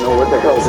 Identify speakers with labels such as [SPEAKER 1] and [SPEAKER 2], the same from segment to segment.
[SPEAKER 1] is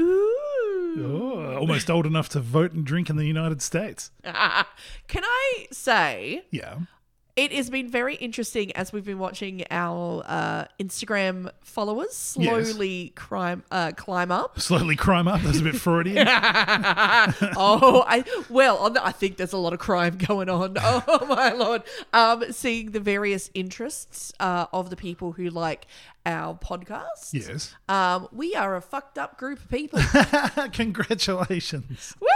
[SPEAKER 2] Ooh.
[SPEAKER 3] Oh, almost old enough to vote and drink in the United States.
[SPEAKER 2] Can I say
[SPEAKER 3] Yeah.
[SPEAKER 2] it has been very interesting as we've been watching our uh, Instagram followers
[SPEAKER 3] Yes.
[SPEAKER 2] slowly climb uh, climb up.
[SPEAKER 3] Slowly crime up. That's a bit Freudian.
[SPEAKER 2] oh, I well, on the, I think there's a lot of crime going on. Oh my lord! Um, seeing the various interests uh, of the people who like our podcast.
[SPEAKER 3] Yes.
[SPEAKER 2] Um, we are a fucked up group of people.
[SPEAKER 3] Congratulations.
[SPEAKER 2] Woo!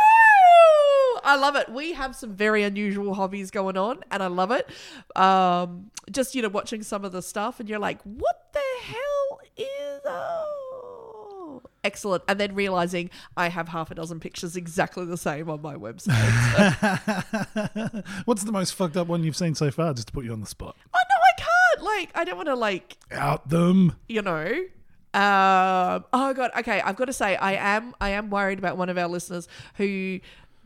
[SPEAKER 2] I love it. We have some very unusual hobbies going on, and I love it. Um, just you know, watching some of the stuff, and you're like, "What the hell is?" Oh, excellent. And then realizing I have half a dozen pictures exactly the same on my website.
[SPEAKER 3] What's the most fucked up one you've seen so far, just to put you on the spot?
[SPEAKER 2] oh no, I can't. Like, I don't want to like
[SPEAKER 3] Out them.
[SPEAKER 2] you know. Um, oh god. Okay, I've got to say, I am I am worried about one of our listeners who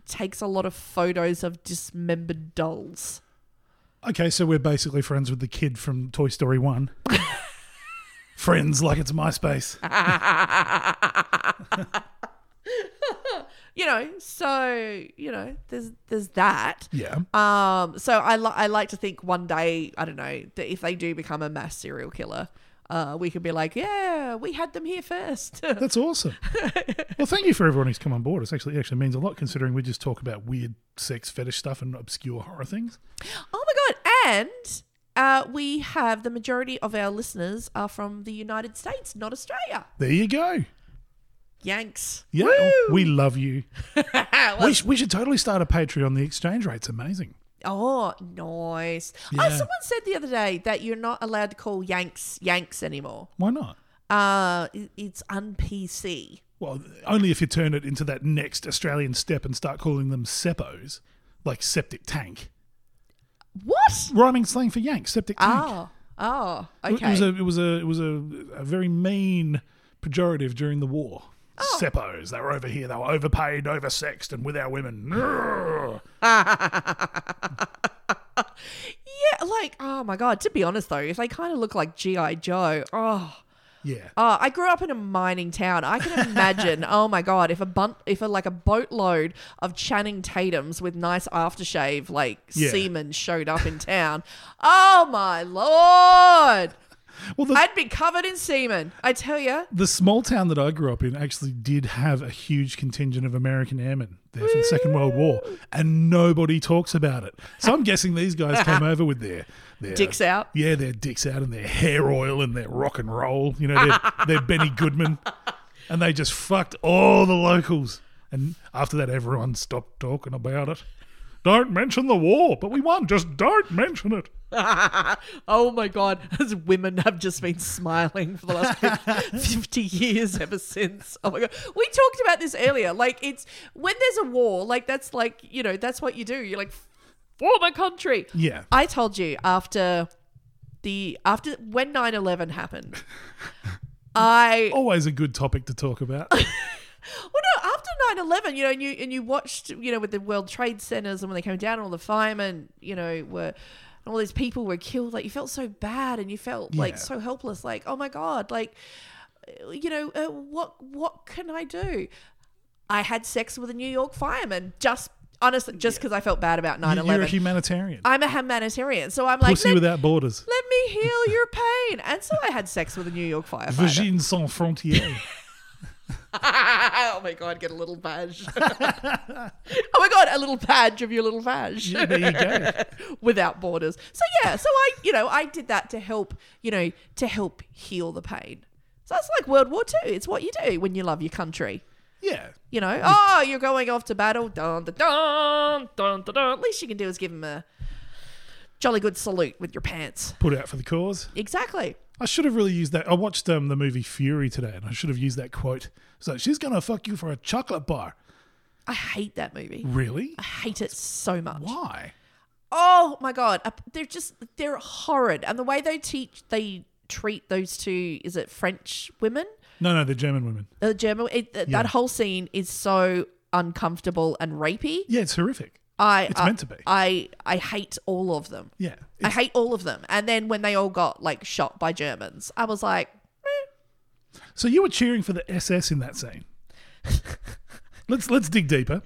[SPEAKER 2] takes a lot of photos of dismembered dolls.
[SPEAKER 3] Okay, so we're basically friends with the kid from Toy Story 1. friends like it's MySpace.
[SPEAKER 2] you know, so you know, there's there's that.
[SPEAKER 3] Yeah.
[SPEAKER 2] Um, so I li- I like to think one day I don't know that if they do become a mass serial killer, uh, we can be like, yeah, we had them here first. Oh
[SPEAKER 3] That's awesome. well, thank you for everyone who's come on board. It's actually it actually means a lot considering we just talk about weird sex fetish stuff and obscure horror things.
[SPEAKER 2] oh my god! And uh, we have the majority of our listeners are from the United States, not Australia.
[SPEAKER 3] There you go.
[SPEAKER 2] Yanks.
[SPEAKER 3] Yeah, we love you.
[SPEAKER 2] Well,
[SPEAKER 3] We, sh- we should totally start a Patreon. The exchange rate's amazing.
[SPEAKER 2] oh, nice.
[SPEAKER 3] Yeah.
[SPEAKER 2] Oh, someone said the other day that you're not allowed to call Yanks Yanks anymore.
[SPEAKER 3] Why not?
[SPEAKER 2] Uh, it- it's un PC.
[SPEAKER 3] Well, only if you turn it into that next Australian step and start calling them sepos, like septic tank.
[SPEAKER 2] What?
[SPEAKER 3] Rhyming slang for yank, septic tank.
[SPEAKER 2] Oh, oh,
[SPEAKER 3] It-
[SPEAKER 2] okay.
[SPEAKER 3] It was a it was a it was a, a very mean pejorative during the war.
[SPEAKER 2] Oh.
[SPEAKER 3] Seppos, they were over here. They were overpaid, oversexed, and with our women. Grrr.
[SPEAKER 2] yeah, like, oh my God. To be honest, though, if they kind of look like G.I. Joe, oh,
[SPEAKER 3] Yeah.
[SPEAKER 2] oh, I grew up in a mining town. I can imagine, oh my God, if a bunt, if a, like a boatload of Channing Tatums with nice aftershave, like
[SPEAKER 3] Yeah.
[SPEAKER 2] semen showed up in town, oh my Lord.
[SPEAKER 3] Well, the,
[SPEAKER 2] I'd be covered in semen. I tell you.
[SPEAKER 3] the small town that I grew up in actually did have a huge contingent of American airmen there for the Second World War, and nobody talks about it. So I'm guessing these guys came over with their, their
[SPEAKER 2] Dicks out.
[SPEAKER 3] Yeah, their dicks out and their hair oil and their rock and roll. You know, their, their Benny Goodman, and they just fucked all the locals. And after that, everyone stopped talking about it. Don't mention the war, but we won. Just don't mention it.
[SPEAKER 2] oh my god, as women have just been smiling for the last fif- 50 years ever since. Oh my god. We talked about this earlier. Like it's when there's a war, like that's like, you know, that's what you do. You're like for my country.
[SPEAKER 3] Yeah.
[SPEAKER 2] I told you after the after when 9/11 happened. I
[SPEAKER 3] Always a good topic to talk about.
[SPEAKER 2] well, no, after 9-11, you know, and you and you watched, you know, with the World Trade Centers and when they came down, all the firemen, you know, were and all these people were killed. Like you felt so bad, and you felt
[SPEAKER 3] Yeah.
[SPEAKER 2] like so helpless. Like oh my god, like uh, you know, uh, what what can I do? I had sex with a New York fireman just honestly just because I felt bad about
[SPEAKER 3] You-
[SPEAKER 2] 9-11.
[SPEAKER 3] You're a humanitarian.
[SPEAKER 2] I'm a humanitarian, so I'm like
[SPEAKER 3] Pussy
[SPEAKER 2] let,
[SPEAKER 3] without borders.
[SPEAKER 2] let me heal your pain. And so I had sex with a New York firefighter.
[SPEAKER 3] Virgin sans frontières.
[SPEAKER 2] oh my god, get a little badge. oh my god, a little badge of your little badge.
[SPEAKER 3] Yeah, there you go.
[SPEAKER 2] Without borders. So yeah, so I, you know, I did that to help, you know, to help heal the pain. So that's like World War II. It's what you do when you love your country.
[SPEAKER 3] Yeah.
[SPEAKER 2] You know, oh, you're going off to battle. Dun, dun, dun, dun, dun, dun. At least you can do is give him a jolly good salute with your pants.
[SPEAKER 3] Put out for the cause.
[SPEAKER 2] Exactly.
[SPEAKER 3] I should have really used that. I watched um, the movie Fury today and I should have used that quote. So she's going to fuck you for a chocolate bar.
[SPEAKER 2] I hate that movie.
[SPEAKER 3] Really?
[SPEAKER 2] I hate it so much.
[SPEAKER 3] Why?
[SPEAKER 2] Oh my god, Uh, they're just they're horrid, and the way they teach they treat those two is it French women,
[SPEAKER 3] No, no, the German women.
[SPEAKER 2] uh, German. It, th-
[SPEAKER 3] Yeah.
[SPEAKER 2] That whole scene is so uncomfortable and rapey.
[SPEAKER 3] Yeah, it's horrific.
[SPEAKER 2] I
[SPEAKER 3] It's
[SPEAKER 2] I-
[SPEAKER 3] meant to be.
[SPEAKER 2] I I hate all of them.
[SPEAKER 3] Yeah.
[SPEAKER 2] I
[SPEAKER 3] It's-
[SPEAKER 2] hate all of them. And then when they all got like shot by Germans, I was like,
[SPEAKER 3] So you were cheering for the SS in that scene. let's let's dig deeper.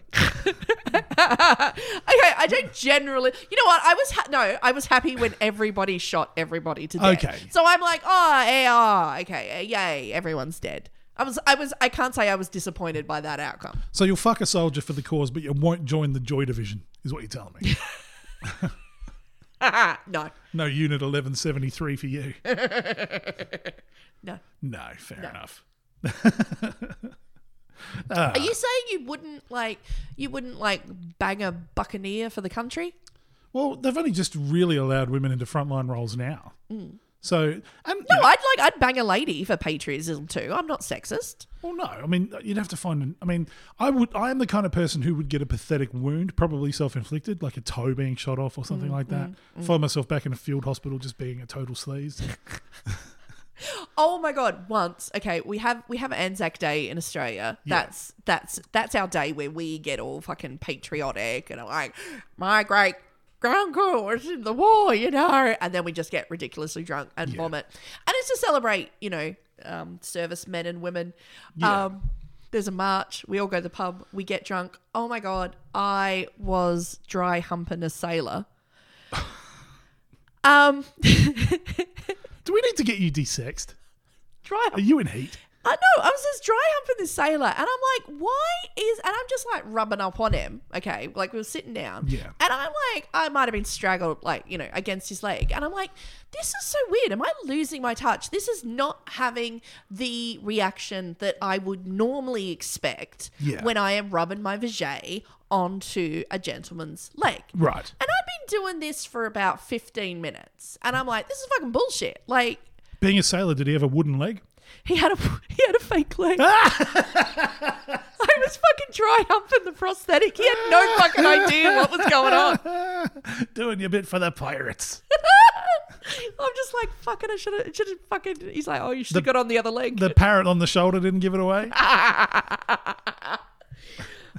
[SPEAKER 2] okay, I don't generally. You know what? I was ha- no, I was happy when everybody shot everybody to death.
[SPEAKER 3] Okay.
[SPEAKER 2] So I'm like, oh, AR, okay, uh, yay, everyone's dead. I was, I was, I can't say I was disappointed by that outcome.
[SPEAKER 3] So you'll fuck a soldier for the cause, but you won't join the Joy Division, is what you're telling me.
[SPEAKER 2] no,
[SPEAKER 3] no Unit 1173 for you.
[SPEAKER 2] no.
[SPEAKER 3] No, fair enough.
[SPEAKER 2] Are you saying you wouldn't like, you wouldn't like bang a buccaneer for the country?
[SPEAKER 3] Well, they've only just really allowed women into frontline roles now. So, and you know,
[SPEAKER 2] No, I'd like, I'd bang a lady for patriotism too. I'm not sexist.
[SPEAKER 3] Well, no. I mean, you'd have to find. An, I mean, I would. I am the kind of person who would get a pathetic wound, probably self-inflicted, like a toe being shot off or something like that. Find myself back in a field hospital, just being a total sleaze.
[SPEAKER 2] Oh my god! Once, okay, we have we have Anzac Day in Australia. That's that's that's our day where we get all fucking patriotic and I'm like, my great grandpa was in the war, you know, and then we just get ridiculously drunk and vomit, and it's to celebrate, you know, um, servicemen and women. Um, there's a march. We all go to the pub. We get drunk. Oh my god! I was dry humping a sailor. um,
[SPEAKER 3] Do we need to get you desexed?
[SPEAKER 2] dry
[SPEAKER 3] Are you in heat?
[SPEAKER 2] I know. I was just dry humping this sailor, and I'm like, why is? And I'm just like rubbing up on him. Okay, like we were sitting down.
[SPEAKER 3] Yeah.
[SPEAKER 2] And I'm like, I might have been straggled, like you know, against his leg, and I'm like, this is so weird. Am I losing my touch? This is not having the reaction that I would normally expect
[SPEAKER 3] Yeah.
[SPEAKER 2] when I am rubbing my vajay onto a gentleman's leg.
[SPEAKER 3] Right.
[SPEAKER 2] And I've been doing this for about 15 minutes, and I'm like, this is fucking bullshit. Like.
[SPEAKER 3] Being a sailor, did he have a wooden leg?
[SPEAKER 2] He had a he had a fake leg. I was fucking dry humping the prosthetic. He had no fucking idea what was going on.
[SPEAKER 3] Doing your bit for the pirates.
[SPEAKER 2] I'm just like fucking. I should have should have fucking. He's like, oh, you should
[SPEAKER 3] The-
[SPEAKER 2] have got on the other leg.
[SPEAKER 3] The parrot on the shoulder didn't give it away.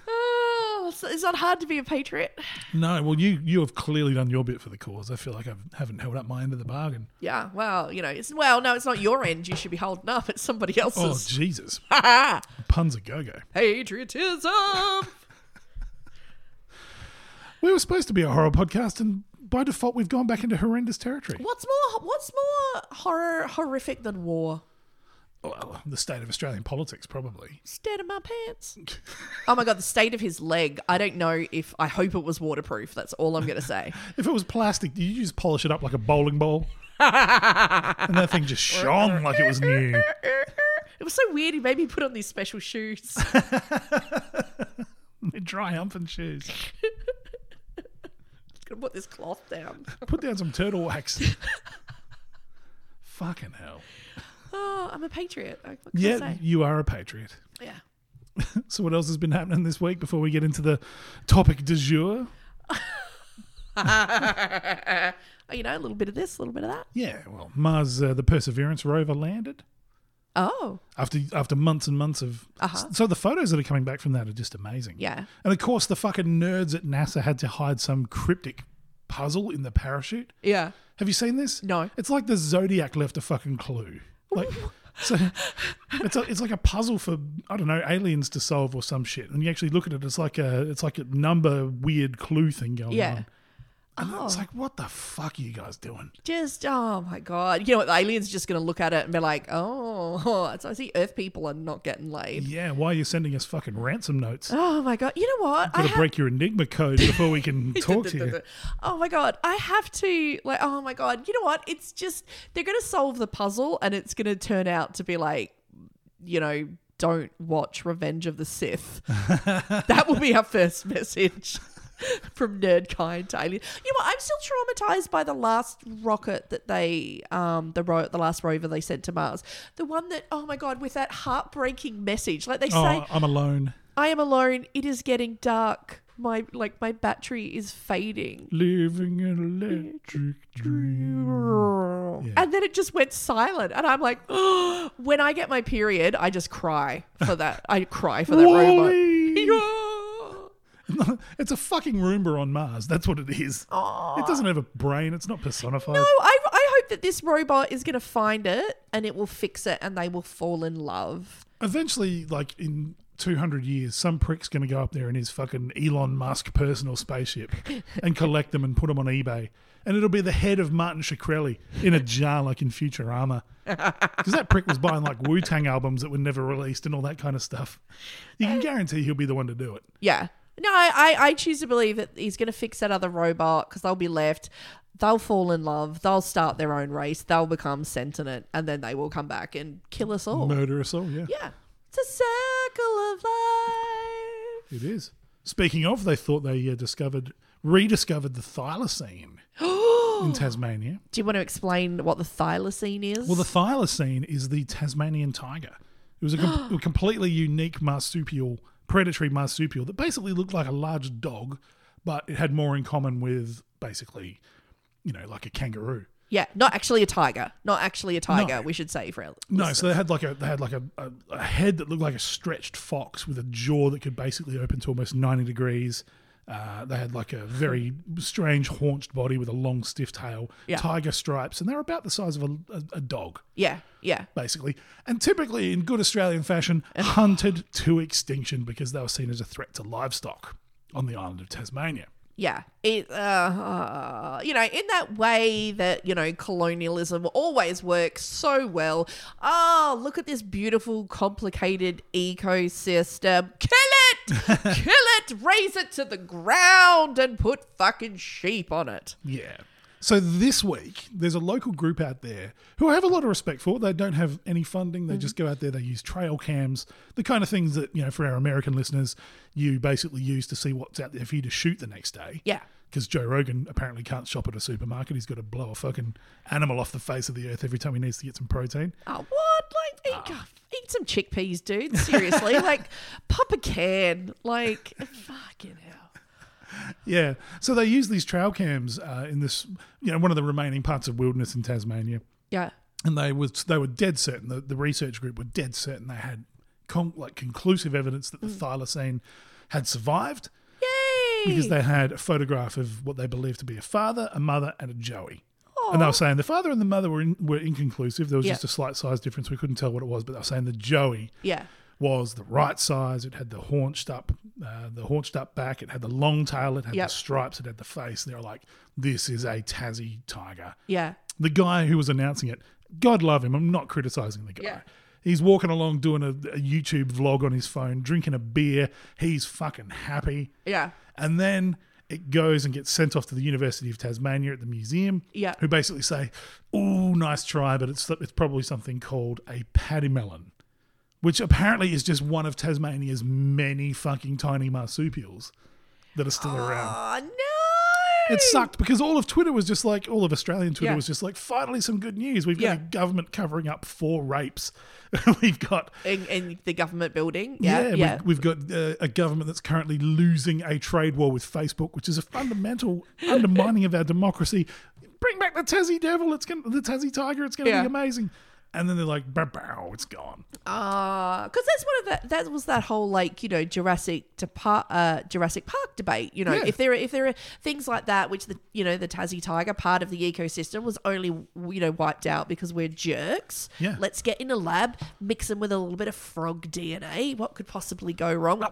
[SPEAKER 2] oh, it's, it's not hard to be a patriot.
[SPEAKER 3] No. Well, you you have clearly done your bit for the cause. I feel like I haven't held up my end of the bargain.
[SPEAKER 2] Yeah. Well, you know, it's well, no, it's not your end. You should be holding up. It's somebody
[SPEAKER 3] Oh
[SPEAKER 2] else's.
[SPEAKER 3] Jesus! Puns a go go.
[SPEAKER 2] Patriotism.
[SPEAKER 3] We were supposed to be a horror podcast, and by default, we've gone back into horrendous territory.
[SPEAKER 2] what's more? What's more horror horrific than war?
[SPEAKER 3] Well, the state of Australian politics, probably.
[SPEAKER 2] State of my pants. oh my god, the state of his leg. I don't know if I hope it was waterproof. That's all I'm gonna say.
[SPEAKER 3] If it was plastic, you just polish it up like a bowling ball. and that thing just shone like it was new.
[SPEAKER 2] It was so weird. He made me put on these special shoes.
[SPEAKER 3] Dry humping shoes.
[SPEAKER 2] I'm gonna put this cloth down.
[SPEAKER 3] Put down some turtle wax. Fucking hell.
[SPEAKER 2] Oh, I'm a patriot. Like, What can I
[SPEAKER 3] Yeah,
[SPEAKER 2] say?
[SPEAKER 3] you are a patriot.
[SPEAKER 2] Yeah.
[SPEAKER 3] So, what else has been happening this week before we get into the topic du jour?
[SPEAKER 2] Oh, you know, a little bit of this, a little bit of that.
[SPEAKER 3] Yeah, well, Mars, uh, the Perseverance rover landed.
[SPEAKER 2] Oh,
[SPEAKER 3] after after months and months of so the photos that are coming back from that are just amazing.
[SPEAKER 2] Uh-huh. Yeah.
[SPEAKER 3] and of course the fucking nerds at NASA had to hide some cryptic puzzle in the parachute.
[SPEAKER 2] yeah.
[SPEAKER 3] Have you seen this?
[SPEAKER 2] No.
[SPEAKER 3] It's like the Zodiac left a fucking clue. Like so it's a, it's like a puzzle for I don't know aliens to solve or some shit. And you actually look at it, it's like a it's like a number weird clue thing going
[SPEAKER 2] Yeah. Oh.
[SPEAKER 3] on. And It's like what the fuck are you guys doing?
[SPEAKER 2] Just oh my god. You know what? The aliens are just gonna look at it and be like, oh, so I see Earth people are not getting laid.
[SPEAKER 3] Yeah, why are you sending us fucking ransom notes?
[SPEAKER 2] Oh my god. You know what?
[SPEAKER 3] Got
[SPEAKER 2] I
[SPEAKER 3] to
[SPEAKER 2] have-
[SPEAKER 3] break your Enigma code before we can talk to you.
[SPEAKER 2] Oh my god, I have to like oh my god. You know what? It's just they're going to solve the puzzle and it's going to turn out to be like you know, don't watch Revenge of the Sith. that will be our first message. From nerdkind to alien, you know what? I'm still traumatized by the last rocket that they, um, the ro- the last rover they sent to Mars, the one that, oh my god, with that heartbreaking message, like they
[SPEAKER 3] Oh,
[SPEAKER 2] say,
[SPEAKER 3] I'm alone.
[SPEAKER 2] I am alone. It is getting dark. My like my battery is fading.
[SPEAKER 3] Living an electric dream.
[SPEAKER 2] And then it just went silent, and I'm like, when I get my period, I just cry for that. I cry for that robot.
[SPEAKER 3] Wally!
[SPEAKER 2] Yeah.
[SPEAKER 3] it's a fucking Roomba on Mars. That's what it is. It doesn't have a brain. It's not personified.
[SPEAKER 2] No, I, I hope that this robot is going to find it and it will fix it and they will fall in love.
[SPEAKER 3] Eventually, like in 200 years, some prick's going to go up there in his fucking Elon Musk personal spaceship and collect them and put them on eBay. And it'll be the head of Martin Shkreli in a jar like in Futurama. Because that prick was buying like Wu Tang albums that were never released and all that kind of stuff. You can guarantee he'll be the one to do it.
[SPEAKER 2] Yeah. No, I, I, I choose to believe that he's going to fix that other robot because they'll be left. They'll fall in love. They'll start their own race. They'll become sentient and then they will come back and kill us all.
[SPEAKER 3] Murder us all, oh, yeah.
[SPEAKER 2] Yeah. It's a circle of life.
[SPEAKER 3] It is. Speaking of, they thought they uh, discovered, rediscovered the thylacine in Tasmania.
[SPEAKER 2] Do you want to explain what the thylacine is?
[SPEAKER 3] Well, the thylacine is the Tasmanian tiger. It was a, com- a completely unique marsupial, predatory marsupial that basically looked like a large dog, but it had more in common with basically, you know, like a kangaroo.
[SPEAKER 2] yeah, not actually a tiger. Not actually a tiger,
[SPEAKER 3] No.
[SPEAKER 2] we should say for our
[SPEAKER 3] No, so they had like a they had like a, a, a head that looked like a stretched fox with a jaw that could basically open to almost ninety degrees. Uh, they had like a very strange haunched body with a long stiff tail,
[SPEAKER 2] Yeah.
[SPEAKER 3] tiger stripes, and they're about the size of a, a, a dog,
[SPEAKER 2] Yeah, yeah.
[SPEAKER 3] basically. And typically, in good Australian fashion, hunted to extinction because they were seen as a threat to livestock on the island of Tasmania.
[SPEAKER 2] yeah it uh, uh, you know in that way that you know colonialism always works so well oh look at this beautiful complicated ecosystem kill it kill it raise it to the ground and put fucking sheep on it
[SPEAKER 3] Yeah. So this week, there's a local group out there who I have a lot of respect for. They don't have any funding. They just go out there. They use trail cams, the kind of things that you know for our American listeners, you basically use to see what's out there for you to shoot the next day.
[SPEAKER 2] yeah
[SPEAKER 3] Because Joe Rogan apparently can't shop at a supermarket. He's got to blow a fucking animal off the face of the earth every time he needs to get some protein.
[SPEAKER 2] oh what
[SPEAKER 3] Ah.
[SPEAKER 2] like eat, eat some chickpeas dude seriously like pop a can like fucking hell
[SPEAKER 3] Yeah. So they use these trail cams uh, in this, you know, one of the remaining parts of wilderness in Tasmania.
[SPEAKER 2] yeah
[SPEAKER 3] and they was they were dead certain the, the research group were dead certain they had con- like conclusive evidence that the thylacine had survived
[SPEAKER 2] yay
[SPEAKER 3] because they had a photograph of what they believed to be a father, a mother, and a joey. And they were saying the father and the mother were in, were inconclusive. There was
[SPEAKER 2] Yeah.
[SPEAKER 3] just a slight size difference. We couldn't tell what it was, but they were saying the joey
[SPEAKER 2] yeah
[SPEAKER 3] was the right size. It had the haunched up, uh, the haunched up back. It had the long tail. It had
[SPEAKER 2] Yep.
[SPEAKER 3] the stripes. It had the face. They were like, "This is a Tassie tiger."
[SPEAKER 2] yeah
[SPEAKER 3] the guy who was announcing it, God love him. I'm not criticizing the guy.
[SPEAKER 2] Yeah.
[SPEAKER 3] He's walking along doing a, a YouTube vlog on his phone, drinking a beer. He's fucking happy.
[SPEAKER 2] yeah
[SPEAKER 3] And then it goes and gets sent off to the University of Tasmania at the museum.
[SPEAKER 2] Yeah.
[SPEAKER 3] Who basically say, "Oh, nice try, but it's it's probably something called a paddymelon, which apparently is just one of Tasmania's many fucking tiny marsupials that are still around."
[SPEAKER 2] oh no
[SPEAKER 3] It sucked because all of Twitter was just like, all of Australian Twitter
[SPEAKER 2] Yeah.
[SPEAKER 3] was just like, finally some good news. We've got
[SPEAKER 2] Yeah.
[SPEAKER 3] a government covering up four rapes. we've got.
[SPEAKER 2] in, in the government building. Yeah, yeah,
[SPEAKER 3] we've- We've, got uh, a government that's currently losing a trade war with Facebook, which is a fundamental undermining of our democracy. Bring back the Tassie devil. It's gonna, the Tassie tiger. It's going to
[SPEAKER 2] Yeah.
[SPEAKER 3] be amazing. And then they're like, bow, bow, it's gone.
[SPEAKER 2] Ah, because that's one of that. That was that whole like you know Jurassic Depar- uh, Jurassic Park debate. You know,
[SPEAKER 3] Yeah.
[SPEAKER 2] if there are if there are things like that, which the you know the Tassie tiger part of the ecosystem was only you know wiped out because we're jerks.
[SPEAKER 3] Yeah.
[SPEAKER 2] Let's get in a lab, mix them with a little bit of frog DNA. What could possibly go wrong?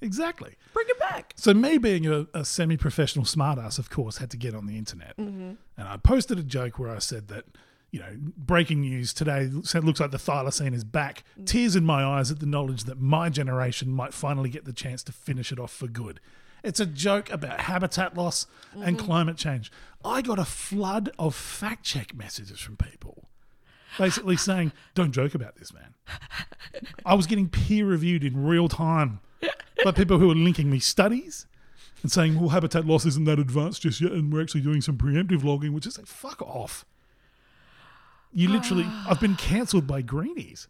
[SPEAKER 3] Exactly.
[SPEAKER 2] Bring it back.
[SPEAKER 3] So me being a, a semi-professional smartass, of course, had to get on the internet, and I posted a joke where I said that, you know, breaking news today so it looks like the thylacine is back. Tears in my eyes at the knowledge that my generation might finally get the chance to finish it off for good. It's a joke about habitat loss and climate change. I got a flood of fact check messages from people, basically saying, "Don't joke about this, man." I was getting peer reviewed in real time by people who were linking me studies and saying, well, habitat loss isn't that advanced just yet, and we're actually doing some preemptive logging, which is like, fuck off. You literally, I've been cancelled by greenies.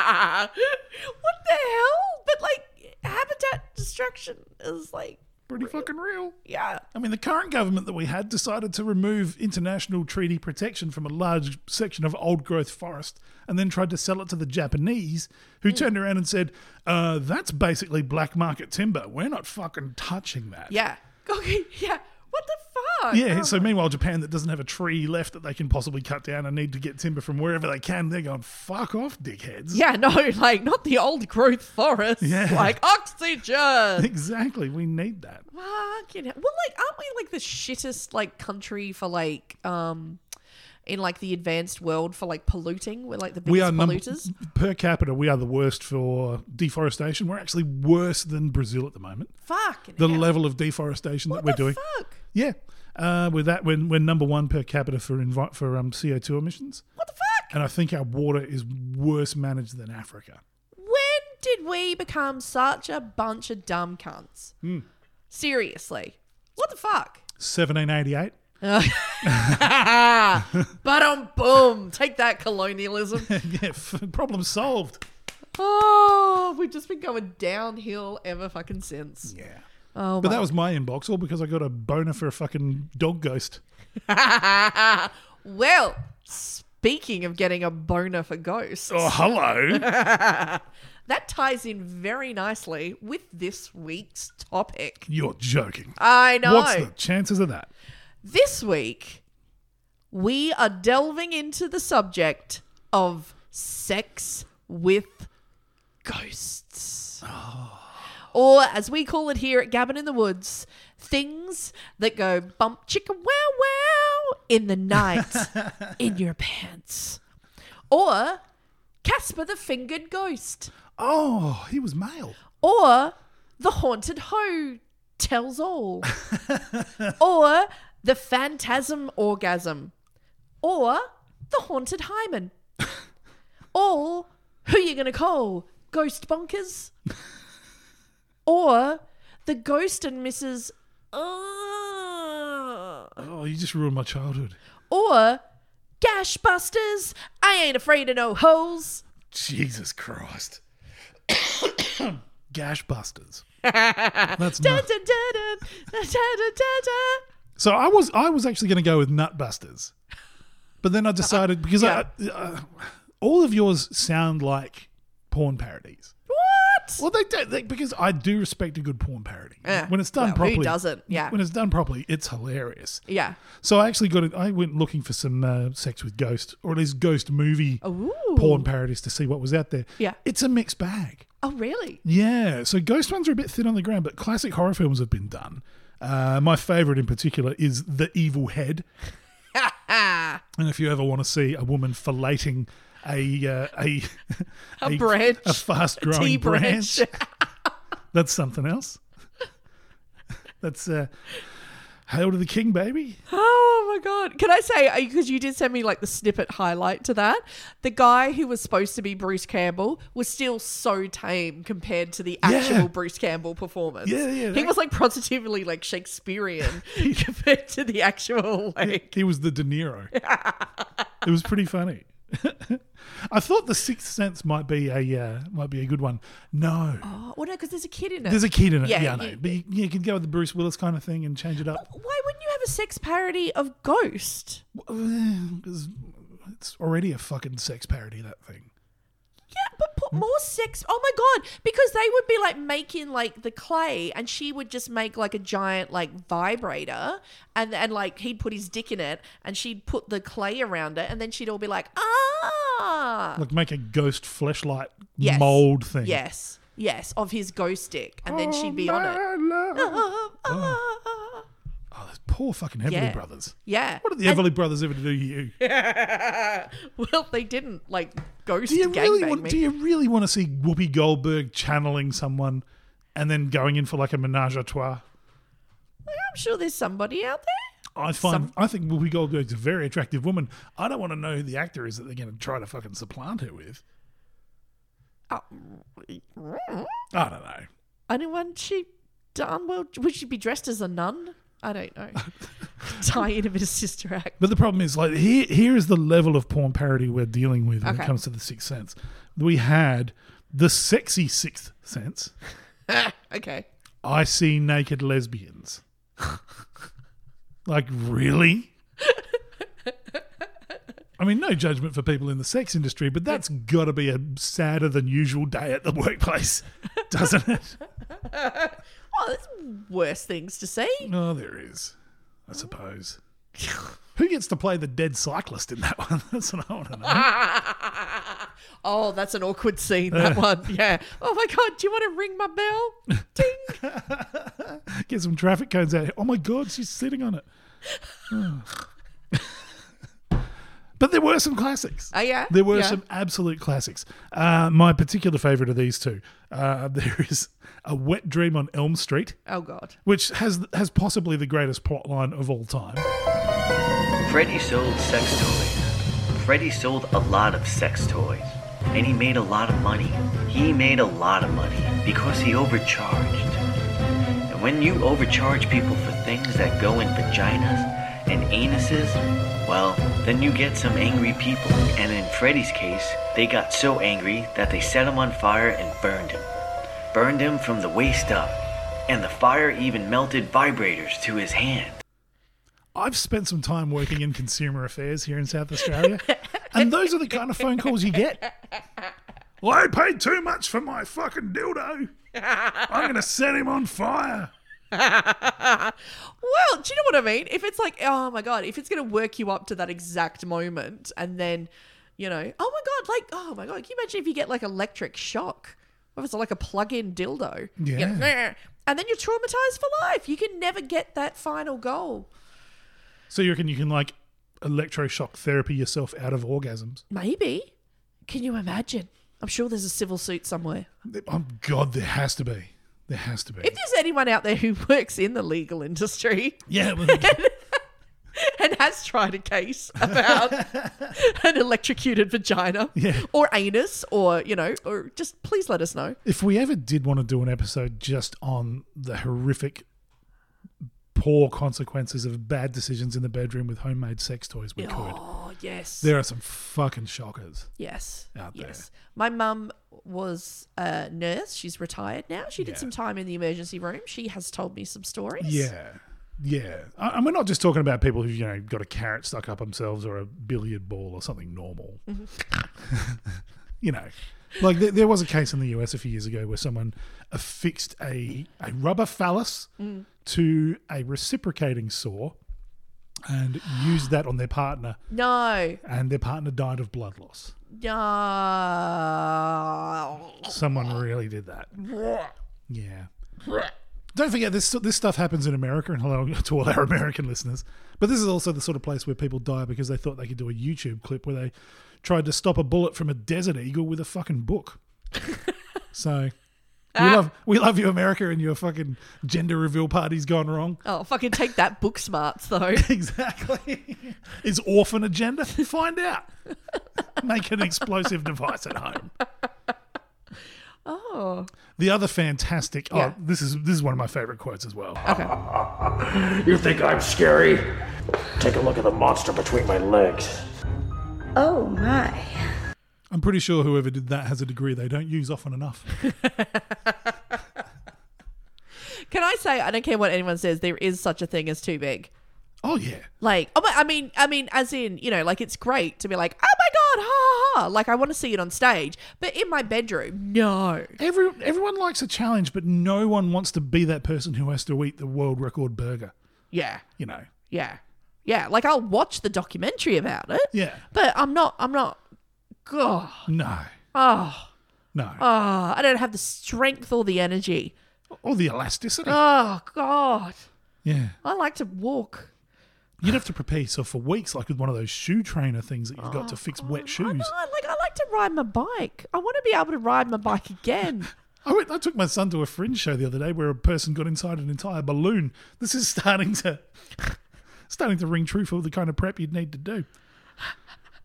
[SPEAKER 2] what the hell? But like habitat destruction is like
[SPEAKER 3] Pretty fucking real.
[SPEAKER 2] yeah.
[SPEAKER 3] I mean, the current government that we had decided to remove international treaty protection from a large section of old growth forest and then tried to sell it to the Japanese, who turned around and said, uh, That's basically black market timber. We're not fucking touching that.
[SPEAKER 2] Yeah. Okay, yeah. What the fuck?
[SPEAKER 3] Yeah,
[SPEAKER 2] Oh
[SPEAKER 3] so meanwhile, Japan, that doesn't have a tree left that they can possibly cut down and need to get timber from wherever they can, they're going, fuck off, dickheads.
[SPEAKER 2] Yeah, no, like not the old growth forest.
[SPEAKER 3] Yeah.
[SPEAKER 2] Like oxygen.
[SPEAKER 3] Exactly. We need that.
[SPEAKER 2] Fucking hell. Well, like, aren't we like the shittest like country for like um in like the advanced world for like polluting? We're like the biggest
[SPEAKER 3] we are num-
[SPEAKER 2] polluters.
[SPEAKER 3] per capita. We are the worst for deforestation. We're actually worse than Brazil at the moment.
[SPEAKER 2] Fucking
[SPEAKER 3] The
[SPEAKER 2] hell.
[SPEAKER 3] level of deforestation
[SPEAKER 2] what
[SPEAKER 3] that we're
[SPEAKER 2] the
[SPEAKER 3] doing.
[SPEAKER 2] Fuck?
[SPEAKER 3] Yeah, uh, with that, we're, we're number one per capita for invi- for um, CO two emissions,
[SPEAKER 2] What the fuck?
[SPEAKER 3] and I think our water is worse managed than Africa.
[SPEAKER 2] When did we become such a bunch of dumb cunts?
[SPEAKER 3] Hmm.
[SPEAKER 2] Seriously. What the fuck?
[SPEAKER 3] Seventeen eighty eight.
[SPEAKER 2] But um boom. Take that colonialism.
[SPEAKER 3] yeah, f- problem solved.
[SPEAKER 2] oh, we've just been going downhill ever fucking since.
[SPEAKER 3] Yeah.
[SPEAKER 2] Oh
[SPEAKER 3] But that was my inbox, all because I got a boner for a fucking dog ghost.
[SPEAKER 2] well, speaking of getting a boner for ghosts,
[SPEAKER 3] Oh, hello.
[SPEAKER 2] that ties in very nicely with this week's topic.
[SPEAKER 3] You're joking.
[SPEAKER 2] I know.
[SPEAKER 3] What's the chances of that?
[SPEAKER 2] This week, we are delving into the subject of sex with ghosts. Or, as we call it here at Gavin in the Woods, things that go bump chicka wow wow in the night in your pants. Or Casper the Fingered Ghost.
[SPEAKER 3] Oh, he was male.
[SPEAKER 2] Or The Haunted Hoe Tells All. or The Phantasm Orgasm. Or The Haunted Hymen. or Who You Gonna Call? Ghost Bonkers. or The Ghost and Mrs. Uh,
[SPEAKER 3] Oh, you just ruined my childhood.
[SPEAKER 2] or Gashbusters. I ain't afraid of no holes.
[SPEAKER 3] Jesus Christ. Gashbusters. That's
[SPEAKER 2] Dun,
[SPEAKER 3] not.
[SPEAKER 2] dun, dun, dun, dun, dun, dun, dun.
[SPEAKER 3] So I was I was actually going to go with Nutbusters, but then I decided because I, uh, all of yours sound like porn parodies.
[SPEAKER 2] What?
[SPEAKER 3] Well, they don't they, because I do respect a good porn parody
[SPEAKER 2] Eh,
[SPEAKER 3] when it's done
[SPEAKER 2] well, who
[SPEAKER 3] properly.
[SPEAKER 2] doesn't? Yeah.
[SPEAKER 3] when it's done properly, it's hilarious.
[SPEAKER 2] Yeah.
[SPEAKER 3] So I actually got it. I went looking for some uh, sex with ghost or at least ghost movie
[SPEAKER 2] Ooh.
[SPEAKER 3] porn parodies to see what was out there.
[SPEAKER 2] Yeah.
[SPEAKER 3] it's a mixed bag.
[SPEAKER 2] Oh, really?
[SPEAKER 3] Yeah, so ghost ones are a bit thin on the ground, but classic horror films have been done. Uh, my favorite in particular is The Evil Head. and if you ever want to see a woman filleting a uh, a, a
[SPEAKER 2] branch.
[SPEAKER 3] a fast growing
[SPEAKER 2] Tea
[SPEAKER 3] branch,
[SPEAKER 2] branch.
[SPEAKER 3] that's something else. that's uh, Hail to the King, baby.
[SPEAKER 2] Oh my god! Can I say because you did send me like the snippet highlight to that? The guy who was supposed to be Bruce Campbell was still so tame compared to the actual Bruce Campbell performance.
[SPEAKER 3] Yeah, yeah,
[SPEAKER 2] He
[SPEAKER 3] that-
[SPEAKER 2] was like positively like Shakespearean compared to the actual like.
[SPEAKER 3] He was the De Niro. it was pretty funny. I thought the Sixth Sense might be a uh, might be a good one. No.
[SPEAKER 2] Oh, well, no, because there's a kid in it.
[SPEAKER 3] There's a kid in it. Yeah,
[SPEAKER 2] Yeah,
[SPEAKER 3] I know.
[SPEAKER 2] you-
[SPEAKER 3] but you, you can go with the Bruce Willis kind of thing and change it up.
[SPEAKER 2] Why wouldn't you have a sex parody of Ghost?
[SPEAKER 3] Because it's already a fucking sex parody, that thing.
[SPEAKER 2] Yeah, but put more sex. Oh my god, because they would be like making like the clay, and she would just make like a giant like vibrator, and and like he'd put his dick in it, and she'd put the clay around it, and then she'd all be like, ah,
[SPEAKER 3] Like make a ghost fleshlight
[SPEAKER 2] Yes.
[SPEAKER 3] mold thing.
[SPEAKER 2] yes, yes, of his ghost dick, and then she'd be
[SPEAKER 3] oh,
[SPEAKER 2] on it.
[SPEAKER 3] my love.
[SPEAKER 2] Ah, ah.
[SPEAKER 3] Oh, those poor fucking Everly
[SPEAKER 2] Yeah.
[SPEAKER 3] Brothers.
[SPEAKER 2] Yeah.
[SPEAKER 3] What did the Everly Brothers ever do to you?
[SPEAKER 2] well, they didn't like ghost
[SPEAKER 3] Do you
[SPEAKER 2] gangbang
[SPEAKER 3] really want?
[SPEAKER 2] me.
[SPEAKER 3] Do you really want to see Whoopi Goldberg channeling someone and then going in for like a menage a trois?
[SPEAKER 2] Like, I'm sure there's somebody out there.
[SPEAKER 3] I find I think Whoopi Goldberg's a very attractive woman. I don't want to know who the actor is that they're going to try to fucking supplant her with. I don't know.
[SPEAKER 2] Oh. Anyone she darn well would she be dressed as a nun? I don't know. Tie in a bit of Sister Act.
[SPEAKER 3] But the problem is, like, here, here is the level of porn parody we're dealing with when
[SPEAKER 2] Okay.
[SPEAKER 3] it comes to the Sixth Sense. We had the sexy Sixth Sense.
[SPEAKER 2] Ah, okay.
[SPEAKER 3] I see naked lesbians. like, really? I mean, no judgment for people in the sex industry, but that's got to be a sadder than usual day at the workplace, doesn't it?
[SPEAKER 2] Oh, there's worse things to see.
[SPEAKER 3] No, there is, I suppose. Who gets to play the dead cyclist in that one? That's what I want to know.
[SPEAKER 2] oh, that's an awkward scene, that one. Yeah. Oh my God, do you want to ring my bell? Ding.
[SPEAKER 3] Get some traffic cones out. here. Oh my God, she's sitting on it. Oh. but there were some classics.
[SPEAKER 2] Oh, yeah?
[SPEAKER 3] There were
[SPEAKER 2] Yeah.
[SPEAKER 3] some absolute classics. Uh, my particular favourite of these two, uh, there is A Wet Dream on Elm Street,
[SPEAKER 2] Oh God.
[SPEAKER 3] which has has possibly the greatest plot line of all time.
[SPEAKER 4] Freddy sold sex toys. Freddy sold a lot of sex toys. And he made a lot of money. He made a lot of money because he overcharged. And when you overcharge people for things that go in vaginas and anuses, well, then you get some angry people. And in Freddy's case, they got so angry that they set him on fire and burned him. Burned him from the waist up. And the fire even melted vibrators to his hand.
[SPEAKER 3] I've spent some time working in consumer affairs here in South Australia, and those are the kind of phone calls you get. Well, I paid too much for my fucking dildo. I'm going to set him on fire.
[SPEAKER 2] Well, do you know what I mean? If it's like, oh my God, if it's going to work you up to that exact moment and then, you know, oh my God, like, oh my God, can you imagine if you get like electric shock? Or if it's like a plug in dildo? You get,
[SPEAKER 3] Yeah.
[SPEAKER 2] And then you're traumatized for life. You can never get that final goal.
[SPEAKER 3] So you reckon you can like electroshock therapy yourself out of orgasms?
[SPEAKER 2] Maybe. Can you imagine? I'm sure there's a civil suit somewhere.
[SPEAKER 3] Oh God, there has to be. There has to be.
[SPEAKER 2] If there's anyone out there who works in the legal industry
[SPEAKER 3] yeah. well,
[SPEAKER 2] and has tried a case about an electrocuted vagina
[SPEAKER 3] Yeah.
[SPEAKER 2] or anus or, you know, or just please let us know.
[SPEAKER 3] if we ever did want to do an episode just on the horrific, poor consequences of bad decisions in the bedroom with homemade sex toys, we could.
[SPEAKER 2] Oh, yes.
[SPEAKER 3] There are some fucking shockers.
[SPEAKER 2] yes.
[SPEAKER 3] out there.
[SPEAKER 2] yes. My mum was a nurse. She's retired now. She did
[SPEAKER 3] Yeah.
[SPEAKER 2] some time in the emergency room. She has told me some stories.
[SPEAKER 3] Yeah. Yeah. I- And we're not just talking about people who've, you know, got a carrot stuck up themselves or a billiard ball or something normal. you know, like there, there was a case in the US a few years ago where someone affixed a, a rubber phallus to a reciprocating saw and used that on their partner,
[SPEAKER 2] No.
[SPEAKER 3] and their partner died of blood loss.
[SPEAKER 2] No.
[SPEAKER 3] Someone really did that. Yeah. Don't forget this. This stuff happens in America, and hello to all our American listeners. But this is also the sort of place where people die because they thought they could do a YouTube clip where they tried to stop a bullet from a desert eagle with a fucking book. so we love we love you, America, and your fucking gender reveal party's gone wrong.
[SPEAKER 2] Oh, fucking take that book smarts, though.
[SPEAKER 3] Exactly. Is orphan agenda? Find out. Make an explosive device at home.
[SPEAKER 2] Oh.
[SPEAKER 3] The other fantastic.
[SPEAKER 2] Yeah.
[SPEAKER 3] Oh, this is this is one of my favorite quotes as well.
[SPEAKER 2] Okay.
[SPEAKER 5] You think I'm scary? Take a look at the monster between my legs.
[SPEAKER 6] Oh my.
[SPEAKER 3] I'm pretty sure whoever did that has a degree they don't use often enough.
[SPEAKER 2] Can I say I don't care what anyone says? There is such a thing as too big.
[SPEAKER 3] oh yeah,
[SPEAKER 2] Like, oh my, I mean, I mean, as in, you know, like it's great to be like, oh my god, ha ha ha! Like I want to see it on stage, but in my bedroom, no.
[SPEAKER 3] every everyone likes a challenge, but no one wants to be that person who has to eat the world record burger.
[SPEAKER 2] Yeah,
[SPEAKER 3] You know.
[SPEAKER 2] yeah, yeah. Like I'll watch the documentary about it.
[SPEAKER 3] Yeah.
[SPEAKER 2] But I'm not. I'm not. God.
[SPEAKER 3] No.
[SPEAKER 2] Oh,
[SPEAKER 3] No.
[SPEAKER 2] oh, I don't have the strength or the energy.
[SPEAKER 3] or the elasticity.
[SPEAKER 2] Oh God,
[SPEAKER 3] yeah.
[SPEAKER 2] I like to walk.
[SPEAKER 3] You'd have to prepare yourself for weeks, like with one of those shoe trainer things that you've got to fix wet
[SPEAKER 2] Oh, I know,
[SPEAKER 3] shoes.
[SPEAKER 2] like I like to ride my bike. I want to be able to ride my bike again.
[SPEAKER 3] I, went, Oh, I took my son to a fringe show the other day where a person got inside an entire balloon. This is starting to starting to ring true for the kind of prep you'd need to do.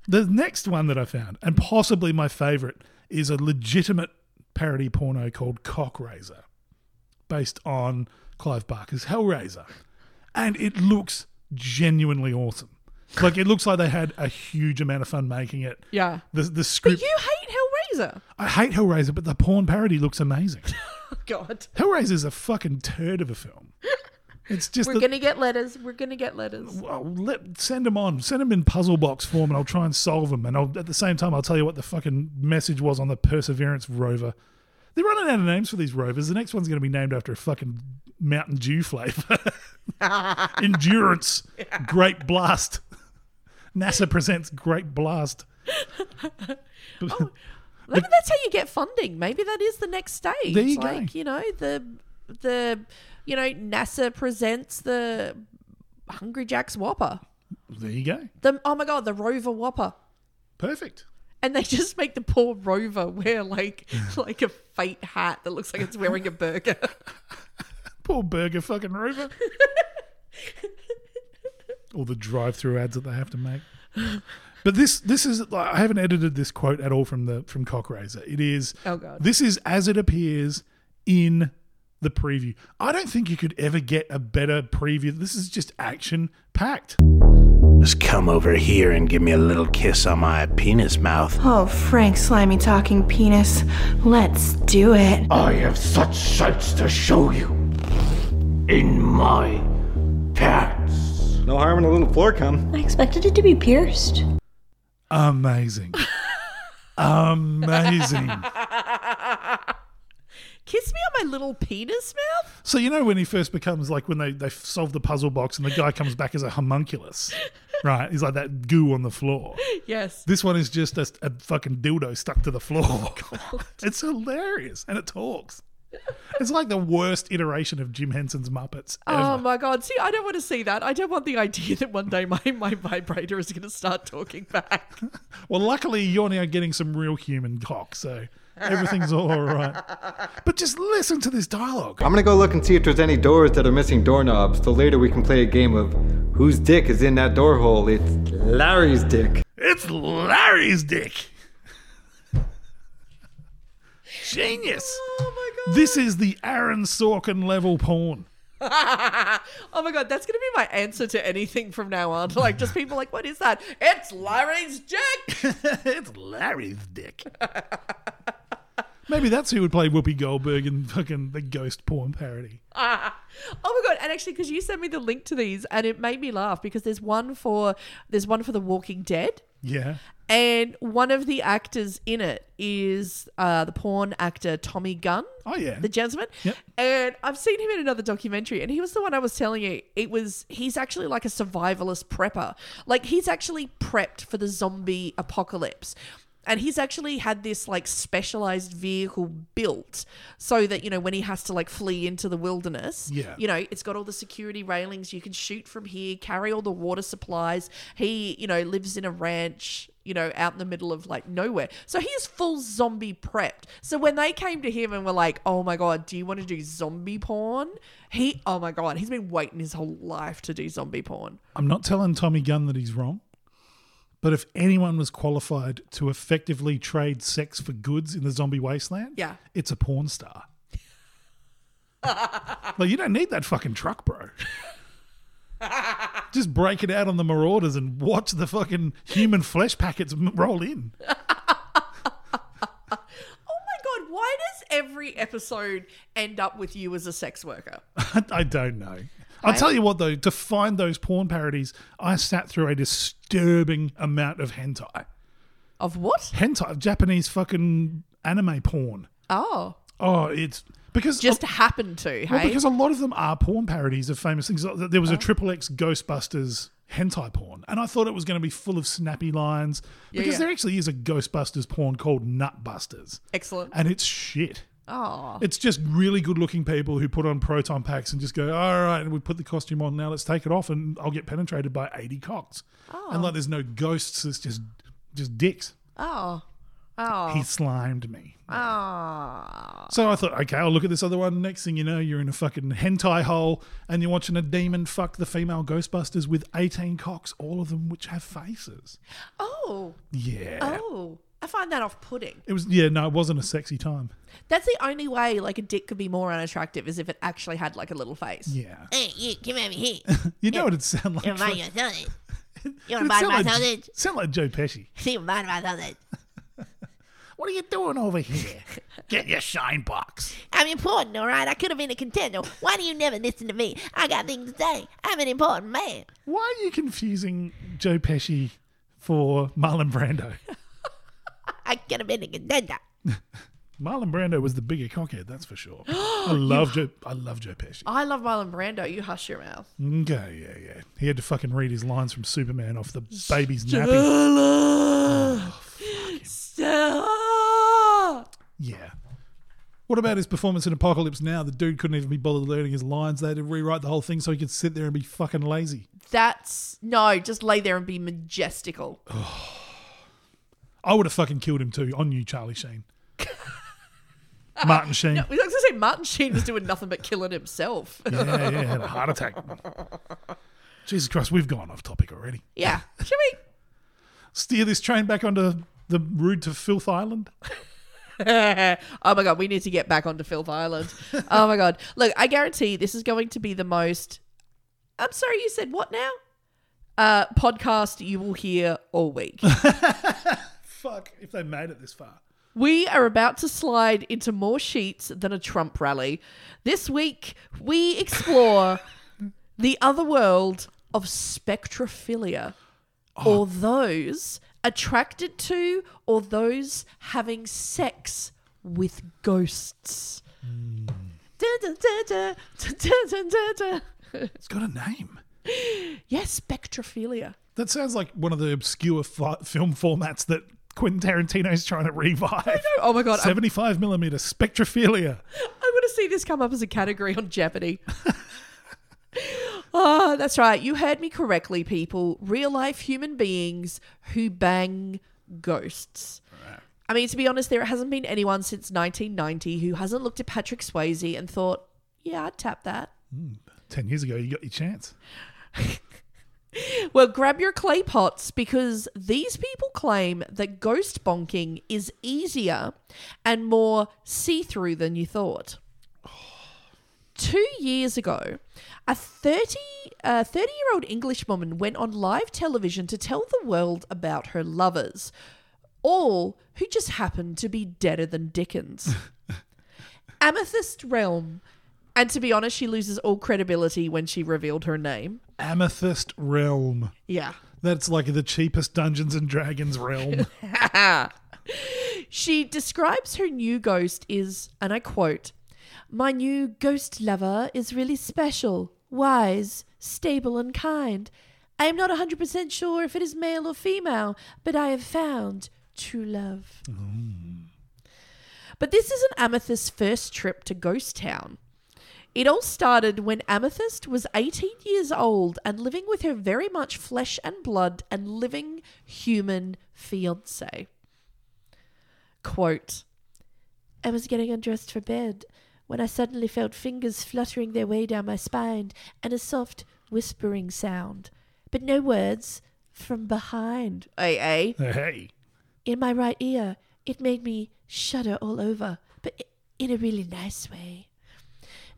[SPEAKER 3] The next one that I found, and possibly my favorite, is a legitimate parody porno called Cockraiser, based on Clive Barker's Hellraiser. and it looks genuinely awesome. Like it looks like they had a huge amount of fun making it.
[SPEAKER 2] Yeah.
[SPEAKER 3] The the script.
[SPEAKER 2] But you hate Hellraiser.
[SPEAKER 3] I hate Hellraiser, but the porn parody looks amazing.
[SPEAKER 2] God.
[SPEAKER 3] Hellraiser's a fucking turd of a film. It's just
[SPEAKER 2] We're
[SPEAKER 3] that-
[SPEAKER 2] going to get letters. We're going to get letters.
[SPEAKER 3] well, let send them on. Send them in puzzle box form, and I'll try and solve them. And I'll, at the same time, I'll tell you what the fucking message was on the Perseverance rover. They're running out of names for these rovers. The next one's going to be named after a fucking Mountain Dew flavor. Endurance, Great Blast. NASA presents Great Blast.
[SPEAKER 2] Maybe that's how you get funding. Maybe that is the next stage.
[SPEAKER 3] There you go.
[SPEAKER 2] like, you know, the the you know, NASA presents the Hungry Jack's Whopper.
[SPEAKER 3] There you go.
[SPEAKER 2] The oh my god, the Rover Whopper.
[SPEAKER 3] Perfect.
[SPEAKER 2] And they just make the poor rover wear like like a fake hat that looks like it's wearing a burger.
[SPEAKER 3] Poor burger fucking rover. all the drive-through ads that they have to make. But this this is like, I haven't edited this quote at all from the from Cockraiser. It is
[SPEAKER 2] Oh, God.
[SPEAKER 3] This is as it appears in the preview. I don't think you could ever get a better preview. This is just action packed.
[SPEAKER 7] Just come over here and give me a little kiss on my penis mouth.
[SPEAKER 6] Oh, Frank, slimy talking penis. Let's do it.
[SPEAKER 5] I have such sights to show you. In my pants.
[SPEAKER 8] No harm in a little floor cum.
[SPEAKER 9] I expected it to be pierced.
[SPEAKER 3] Amazing. Amazing.
[SPEAKER 2] Kiss me on my little penis mouth?
[SPEAKER 3] So you know when he first becomes like when they they solve the puzzle box and the guy comes back as a homunculus, right? He's like that goo on the floor.
[SPEAKER 2] Yes.
[SPEAKER 3] This one is just a, a fucking dildo stuck to the floor. it's hilarious and it talks. It's like the worst iteration of Jim Henson's Muppets
[SPEAKER 2] Oh
[SPEAKER 3] ever.
[SPEAKER 2] my god. See, I don't want to see that. I don't want the idea that one day my, my vibrator is gonna start talking back.
[SPEAKER 3] well, luckily you're now getting some real human cock, so everything's all right. But just listen to this dialogue.
[SPEAKER 8] I'm gonna go look and see if there's any doors that are missing doorknobs, so later we can play a game of whose dick is in that door hole. It's Larry's dick.
[SPEAKER 3] It's Larry's dick. Genius.
[SPEAKER 2] Oh my
[SPEAKER 3] god. This is the Aaron Sorkin level porn.
[SPEAKER 2] oh my god, that's gonna be my answer to anything from now on. Like, just people like, what is that? It's Larry's dick.
[SPEAKER 3] it's Larry's dick. Maybe that's who would play Whoopi Goldberg in fucking the ghost porn parody.
[SPEAKER 2] Ah. Oh my god! And actually, because you sent me the link to these, and it made me laugh because there's one for there's one for The Walking Dead,
[SPEAKER 3] Yeah.
[SPEAKER 2] and one of the actors in it is uh, the porn actor Tommy Gunn.
[SPEAKER 3] Oh yeah,
[SPEAKER 2] the gentleman.
[SPEAKER 3] Yep.
[SPEAKER 2] And I've seen him in another documentary, and he was the one I was telling you. It was he's actually like a survivalist prepper. Like he's actually prepped for the zombie apocalypse. And he's actually had this like specialized vehicle built so that, you know, when he has to like flee into the wilderness,
[SPEAKER 9] Yeah.
[SPEAKER 2] you know, it's got all the security railings. You can shoot from here, carry all the water supplies. He, you know, lives in a ranch, you know, out in the middle of like nowhere. So he is full zombie prepped. So when they came to him and were like, oh my God, do you want to do zombie porn? He, oh my God, he's been waiting his whole life to do zombie porn.
[SPEAKER 3] I'm not telling Tommy Gunn that he's wrong, but if anyone was qualified to effectively trade sex for goods in the zombie wasteland,
[SPEAKER 2] Yeah.
[SPEAKER 3] it's a porn star. like you don't need that fucking truck, bro. Just break it out on the marauders and watch the fucking human flesh packets m- roll in.
[SPEAKER 2] Oh my God, why does every episode end up with you as a sex worker?
[SPEAKER 3] I don't know. I'll
[SPEAKER 2] I-
[SPEAKER 3] tell you what, though, to find those porn parodies, I sat through a disturbing amount of hentai.
[SPEAKER 2] Of what?
[SPEAKER 3] Hentai, Japanese fucking anime porn.
[SPEAKER 2] Oh.
[SPEAKER 3] Oh, it's because
[SPEAKER 2] just happened to,
[SPEAKER 3] Well,
[SPEAKER 2] hey? Oh.
[SPEAKER 3] because a lot of them are porn parodies of famous things. There was a Triple X Ghostbusters hentai porn, and I thought it was going to be full of snappy lines
[SPEAKER 2] Yeah,
[SPEAKER 3] because
[SPEAKER 2] yeah.
[SPEAKER 3] there actually is a Ghostbusters porn called Nutbusters,
[SPEAKER 2] Excellent.
[SPEAKER 3] and it's shit.
[SPEAKER 2] Oh.
[SPEAKER 3] It's just really good looking people who put on proton packs and just go, all right, and we put the costume on now, let's take it off, and I'll get penetrated by 80 cocks. And like there's no ghosts, it's just just dicks.
[SPEAKER 2] Oh. Oh.
[SPEAKER 3] He slimed me.
[SPEAKER 2] Oh.
[SPEAKER 3] So I thought, okay, I'll look at this other one. Next thing you know, you're in a fucking hentai hole and you're watching a demon fuck the female Ghostbusters with 18 cocks, all of them which have faces.
[SPEAKER 2] Oh.
[SPEAKER 3] Yeah.
[SPEAKER 2] Oh. I find that off putting.
[SPEAKER 3] It was yeah, no, it wasn't a sexy time.
[SPEAKER 2] That's the only way like a dick could be more unattractive is if it actually had like a little face.
[SPEAKER 3] Yeah.
[SPEAKER 10] Hey, you, come over here.
[SPEAKER 3] You
[SPEAKER 2] eh,
[SPEAKER 3] know what it'd sound like.
[SPEAKER 10] You want to buy
[SPEAKER 3] for-
[SPEAKER 10] your sausage? You want
[SPEAKER 3] it'd
[SPEAKER 10] to buy
[SPEAKER 3] sound
[SPEAKER 10] my
[SPEAKER 3] like-
[SPEAKER 10] sausage?
[SPEAKER 3] Sound like Joe Pesci.
[SPEAKER 10] You want to buy my sausage?
[SPEAKER 3] What are you doing over here? Get your shine box.
[SPEAKER 10] I'm important, all right? I could have been a contender. Why do you never listen to me? I got things to say. I'm an important man.
[SPEAKER 3] Why are you confusing Joe Pesci for Marlon Brando?
[SPEAKER 10] I could have been a contender.
[SPEAKER 3] Marlon Brando was the bigger cockhead, that's for sure. I love Joe. I love Joe Pesci.
[SPEAKER 2] I love Marlon Brando. You hush your mouth.
[SPEAKER 3] Okay, yeah, yeah. He had to fucking read his lines from Superman off the baby's nappy. Oh,
[SPEAKER 2] Stella! Stella!
[SPEAKER 3] Yeah. What about his performance in Apocalypse Now? The dude couldn't even be bothered learning his lines. They had to rewrite the whole thing so he could sit there and be fucking lazy.
[SPEAKER 2] That's no, just lay there and be majestical.
[SPEAKER 3] I would have fucking killed him too on you, Charlie Sheen. Martin Sheen.
[SPEAKER 2] No, we was going to say Martin Sheen was doing nothing but killing himself.
[SPEAKER 3] Yeah, yeah, had a heart attack. Jesus Christ, we've gone off topic already.
[SPEAKER 2] Yeah. Should we?
[SPEAKER 3] Steer this train back onto the route to Filth Island.
[SPEAKER 2] oh my god, we need to get back onto Filth Island. Oh my god. Look, I guarantee this is going to be the most I'm sorry you said what now? Uh podcast you will hear all week.
[SPEAKER 3] Fuck, if they made it this far.
[SPEAKER 2] we are about to slide into more sheets than a Trump rally. This week we explore the other world of spectrophilia. Or those attracted to or those having sex with ghosts. Hmm. Dun, dun, dun, dun, dun, dun, dun, dun, dun.
[SPEAKER 3] It's got a name.
[SPEAKER 2] yes, spectrophilia.
[SPEAKER 3] That sounds like one of the obscure fi- film formats that Quentin Tarantino's trying to revive.
[SPEAKER 2] Oh my god, I'm,
[SPEAKER 3] 75 millimeter spectrophilia.
[SPEAKER 2] I'm going to see this come up as a category on Jeopardy. oh, that's right. You heard me correctly, people. Real life human beings who bang ghosts. I mean, to be honest, there hasn't been anyone since 1990 who hasn't looked at Patrick Swayze and thought, "Yeah, I'd tap that."
[SPEAKER 3] 10 years ago, you got your chance.
[SPEAKER 2] Well, grab your clay pots because these people claim that ghost bonking is easier and more see through than you thought. Two years ago, a 30 uh, 30 year old English woman went on live television to tell the world about her lovers, all who just happened to be deader than Dickens. Amethyst Realm. And to be honest, she loses all credibility when she revealed her name.
[SPEAKER 3] Amethyst Realm.
[SPEAKER 2] Yeah.
[SPEAKER 3] That's like the cheapest Dungeons and Dragons realm.
[SPEAKER 2] she describes her new ghost is, and I quote, My new ghost lover is really special, wise, stable, and kind. I am not 100% sure if it is male or female, but I have found true love. But this isn't Amethyst's first trip to Ghost Town. It all started when Amethyst was 18 years old and living with her very much flesh and blood and living human fiance. Quote I was getting undressed for bed when I suddenly felt fingers fluttering their way down my spine and a soft whispering sound, but no words from behind. Aye, aye
[SPEAKER 3] Uh, hey.
[SPEAKER 2] in my right ear. It made me shudder all over, but i- in a really nice way.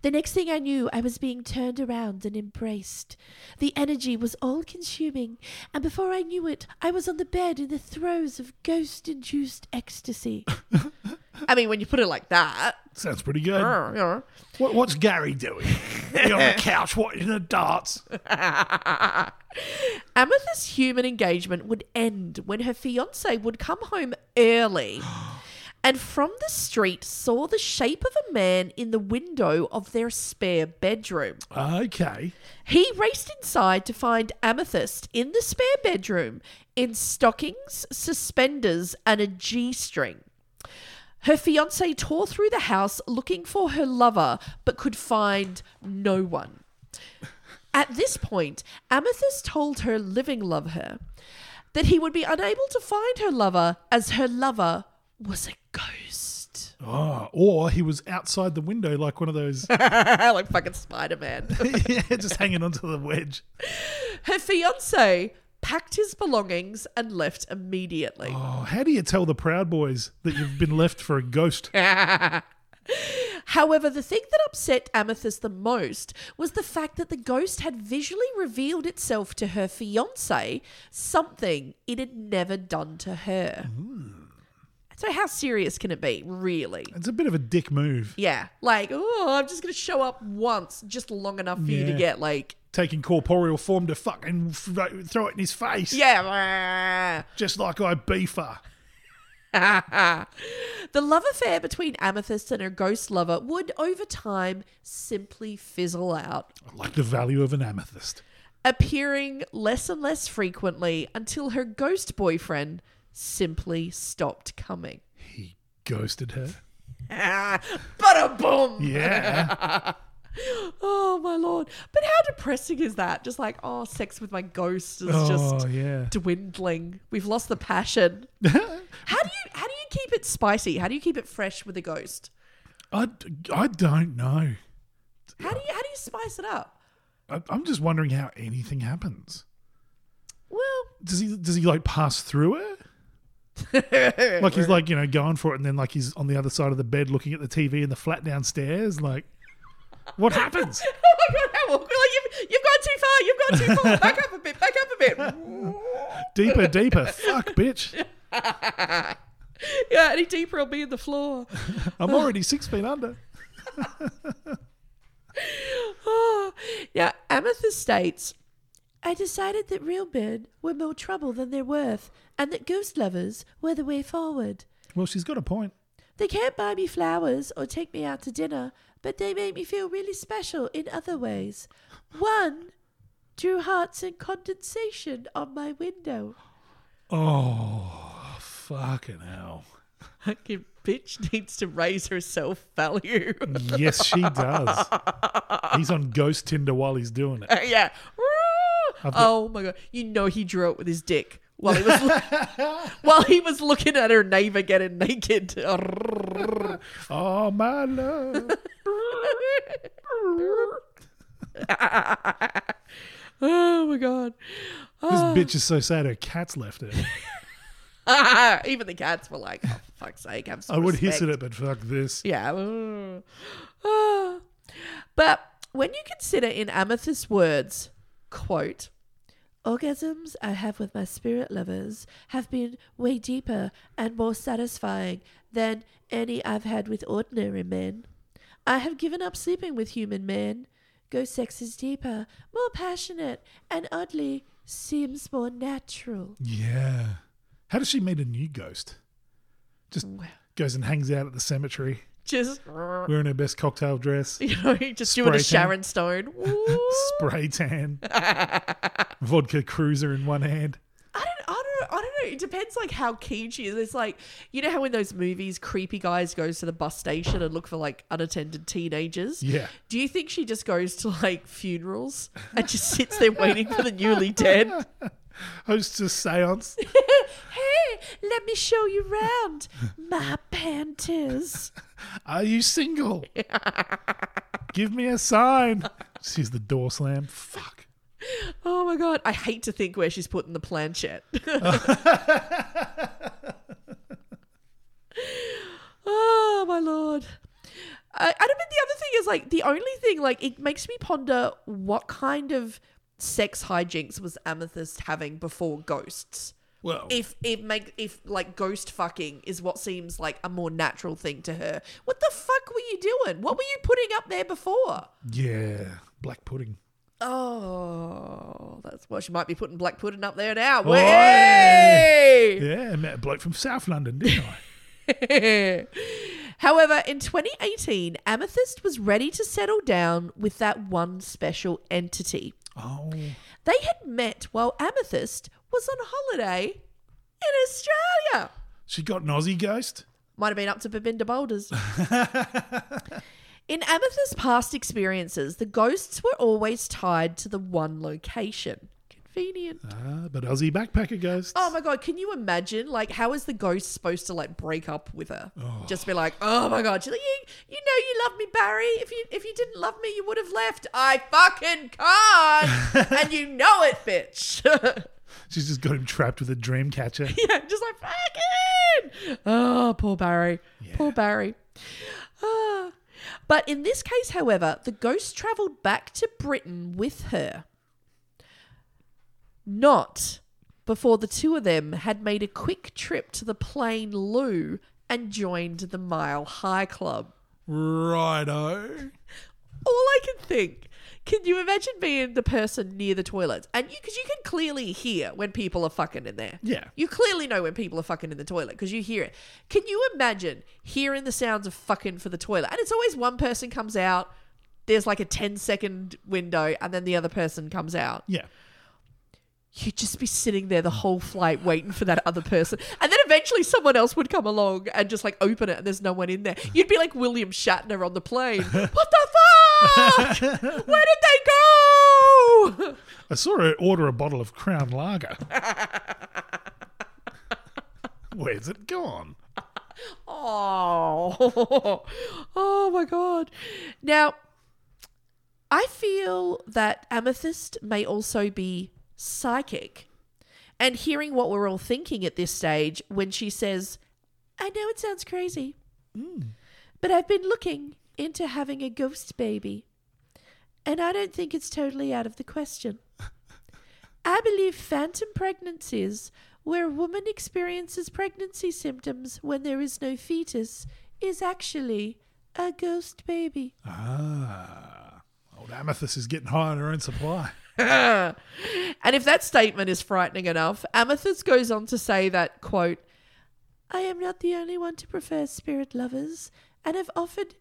[SPEAKER 2] The next thing I knew, I was being turned around and embraced. The energy was all consuming, and before I knew it, I was on the bed in the throes of ghost induced ecstasy. I mean, when you put it like that.
[SPEAKER 3] Sounds pretty good. What, what's Gary doing? He's on the couch watching the darts.
[SPEAKER 2] Amethyst's human engagement would end when her fiance would come home early and from the street saw the shape of a man in the window of their spare bedroom.
[SPEAKER 3] Okay.
[SPEAKER 2] He raced inside to find Amethyst in the spare bedroom in stockings, suspenders, and a G string. Her fiance tore through the house looking for her lover but could find no one. At this point, Amethyst told her living love her that he would be unable to find her lover as her lover was a ghost.
[SPEAKER 3] Oh, or he was outside the window like one of those,
[SPEAKER 2] like fucking Spider Man.
[SPEAKER 3] yeah, just hanging onto the wedge.
[SPEAKER 2] Her fiance packed his belongings, and left immediately.
[SPEAKER 3] Oh, how do you tell the Proud Boys that you've been left for a ghost?
[SPEAKER 2] However, the thing that upset Amethyst the most was the fact that the ghost had visually revealed itself to her fiance, something it had never done to her.
[SPEAKER 3] Hmm.
[SPEAKER 2] So, how serious can it be, really?
[SPEAKER 3] It's a bit of a dick move.
[SPEAKER 2] Yeah, like, oh, I'm just going to show up once, just long enough for you to
[SPEAKER 3] Yeah.
[SPEAKER 2] get, like,
[SPEAKER 3] Taking corporeal form to fucking thro- throw it in his face.
[SPEAKER 2] yeah.
[SPEAKER 3] Just like I beefer.
[SPEAKER 2] the love affair between Amethyst and her ghost lover would, over time, simply fizzle out.
[SPEAKER 3] Like the value of an amethyst.
[SPEAKER 2] appearing less and less frequently until her ghost boyfriend simply stopped coming.
[SPEAKER 3] Ghosted her.
[SPEAKER 2] Ah, but a boom!
[SPEAKER 3] Yeah.
[SPEAKER 2] oh my lord! But how depressing is that? Just like, oh, sex with my ghost is
[SPEAKER 3] Oh,
[SPEAKER 2] just
[SPEAKER 3] yeah.
[SPEAKER 2] dwindling. We've lost the passion. how do you how do you keep it spicy? How do you keep it fresh with a ghost?
[SPEAKER 3] I, I don't know.
[SPEAKER 2] How do you how do you spice it up?
[SPEAKER 3] I, I'm just wondering how anything happens.
[SPEAKER 2] Well,
[SPEAKER 3] Does he does he like pass through her? Like he's like you know going for it, and then like he's on the other side of the bed looking at the TV in the flat downstairs. Like, what happens?
[SPEAKER 2] oh my god, how awkward! Like you've, you've gone too far. You've gone too far. Back up a bit. Back up a bit.
[SPEAKER 3] deeper, deeper. Fuck, bitch.
[SPEAKER 2] yeah, any deeper, I'll be in the floor.
[SPEAKER 3] I'm already six feet under.
[SPEAKER 2] yeah, Amethyst states I decided that real men were more trouble than they're worth, and that ghost lovers were the way forward.
[SPEAKER 3] Well, she's got a point.
[SPEAKER 2] They can't buy me flowers or take me out to dinner, but they make me feel really special in other ways. One drew hearts and condensation on my window.
[SPEAKER 3] Oh, fucking hell.
[SPEAKER 2] Fucking bitch needs to raise her self value.
[SPEAKER 3] Yes, she does. He's on ghost Tinder while he's doing it.
[SPEAKER 2] yeah.
[SPEAKER 3] I've got-
[SPEAKER 2] oh my god! You know he drew it with his dick while he was while he was looking at her neighbor getting naked.
[SPEAKER 3] Oh, my love.
[SPEAKER 2] oh my god!
[SPEAKER 3] This bitch is so sad her cat's left her.
[SPEAKER 2] Ah, even the cats were like, oh, "Fuck's sake, have some."
[SPEAKER 3] I would hiss at
[SPEAKER 2] respect."
[SPEAKER 3] it, but fuck this.
[SPEAKER 2] Yeah. Mm. Ah. But when you consider in Amethyst's words, quote, Orgasms I have with my spirit lovers have been way deeper and more satisfying than any I've had with ordinary men. I have given up sleeping with human men. Ghost sex is deeper, more passionate, and oddly seems more natural.
[SPEAKER 3] Yeah. How does she meet a new ghost? Just goes and hangs out at the cemetery
[SPEAKER 2] Just,
[SPEAKER 3] wearing her best cocktail dress,
[SPEAKER 2] you know, just doing a
[SPEAKER 3] Spray tan.
[SPEAKER 2] Sharon Stone.
[SPEAKER 3] spray tan, vodka cruiser in one hand.
[SPEAKER 2] I don't, I don't, I don't know. It depends, like how keen she is. It's like you know how in those movies, creepy guys goes to the bus station and look for like unattended teenagers.
[SPEAKER 3] Yeah.
[SPEAKER 2] Do you think she just goes to like funerals and just sits there waiting for the newly dead?
[SPEAKER 3] Hosts a seance.
[SPEAKER 2] Hey, let me show you round my panties.
[SPEAKER 3] Are you single? Give me a sign. Sees the door slam. Fuck.
[SPEAKER 2] Oh my god, I hate to think where she's putting the planchette. oh my lord. Uh, and I mean, the other thing is like the only thing like it makes me ponder what kind of sex hijinks was Amethyst having before ghosts.
[SPEAKER 3] Well,
[SPEAKER 2] If it make if like ghost fucking is what seems like a more natural thing to her, what the fuck were you doing? What were you putting up there before?
[SPEAKER 3] yeah, black pudding.
[SPEAKER 2] Oh, that's well. She might be putting black pudding up there now.
[SPEAKER 3] Oi!
[SPEAKER 2] Way!
[SPEAKER 3] Yeah, I met a bloke from South London, didn't I?
[SPEAKER 2] However, in 2018, Amethyst was ready to settle down with that one special entity.
[SPEAKER 3] oh,
[SPEAKER 2] They had met while Amethyst was on holiday in Australia.
[SPEAKER 3] she got an Aussie ghost.
[SPEAKER 2] Might have been up to Babinda Boulders. in Amethyst's past experiences, the ghosts were always tied to the one location. Convenient.
[SPEAKER 3] Ah, but Aussie backpacker ghost.
[SPEAKER 2] Oh my god, can you imagine? Like, how is the ghost supposed to like break up with her? Just be like, oh my god, she's like, you, you know, you love me, Barry. If you if you didn't love me, you would have left. I fucking can't, and you know it, bitch.
[SPEAKER 3] She's just got him trapped with a dream catcher.
[SPEAKER 2] yeah, just like fucking. Oh, poor Barry. Poor Barry. Ah. But in this case, however, the ghost travelled back to Britain with her. Not before the two of them had made a quick trip to the plain loo and joined the Mile High Club.
[SPEAKER 3] Righto.
[SPEAKER 2] All I can think, can you imagine being the person near the toilets? And you, because you can clearly hear when people are fucking in there.
[SPEAKER 3] Yeah.
[SPEAKER 2] You clearly know when people are fucking in the toilet because you hear it. Can you imagine hearing the sounds of fucking for the toilet? And it's always one person comes out, there's like a 10 second window, and then the other person comes out.
[SPEAKER 3] Yeah.
[SPEAKER 2] You'd just be sitting there the whole flight waiting for that other person. And then eventually someone else would come along and just like open it and there's no one in there. You'd be like William Shatner on the plane. What the fuck? Where did they go?
[SPEAKER 3] I saw her order a bottle of Crown Lager. Where's it gone?
[SPEAKER 2] Oh, oh my god. Now, I feel that Amethyst may also be psychic. And hearing what we're all thinking at this stage when she says, I know it sounds crazy, but I've been looking into having a ghost baby. And I don't think it's totally out of the question. I believe phantom pregnancies, where a woman experiences pregnancy symptoms when there is no fetus, is actually a ghost baby.
[SPEAKER 3] Ah. Old Amethyst is getting high on her own supply.
[SPEAKER 2] and if that statement is frightening enough, Amethyst goes on to say that, quote, I am not the only one to prefer spirit lovers and have offered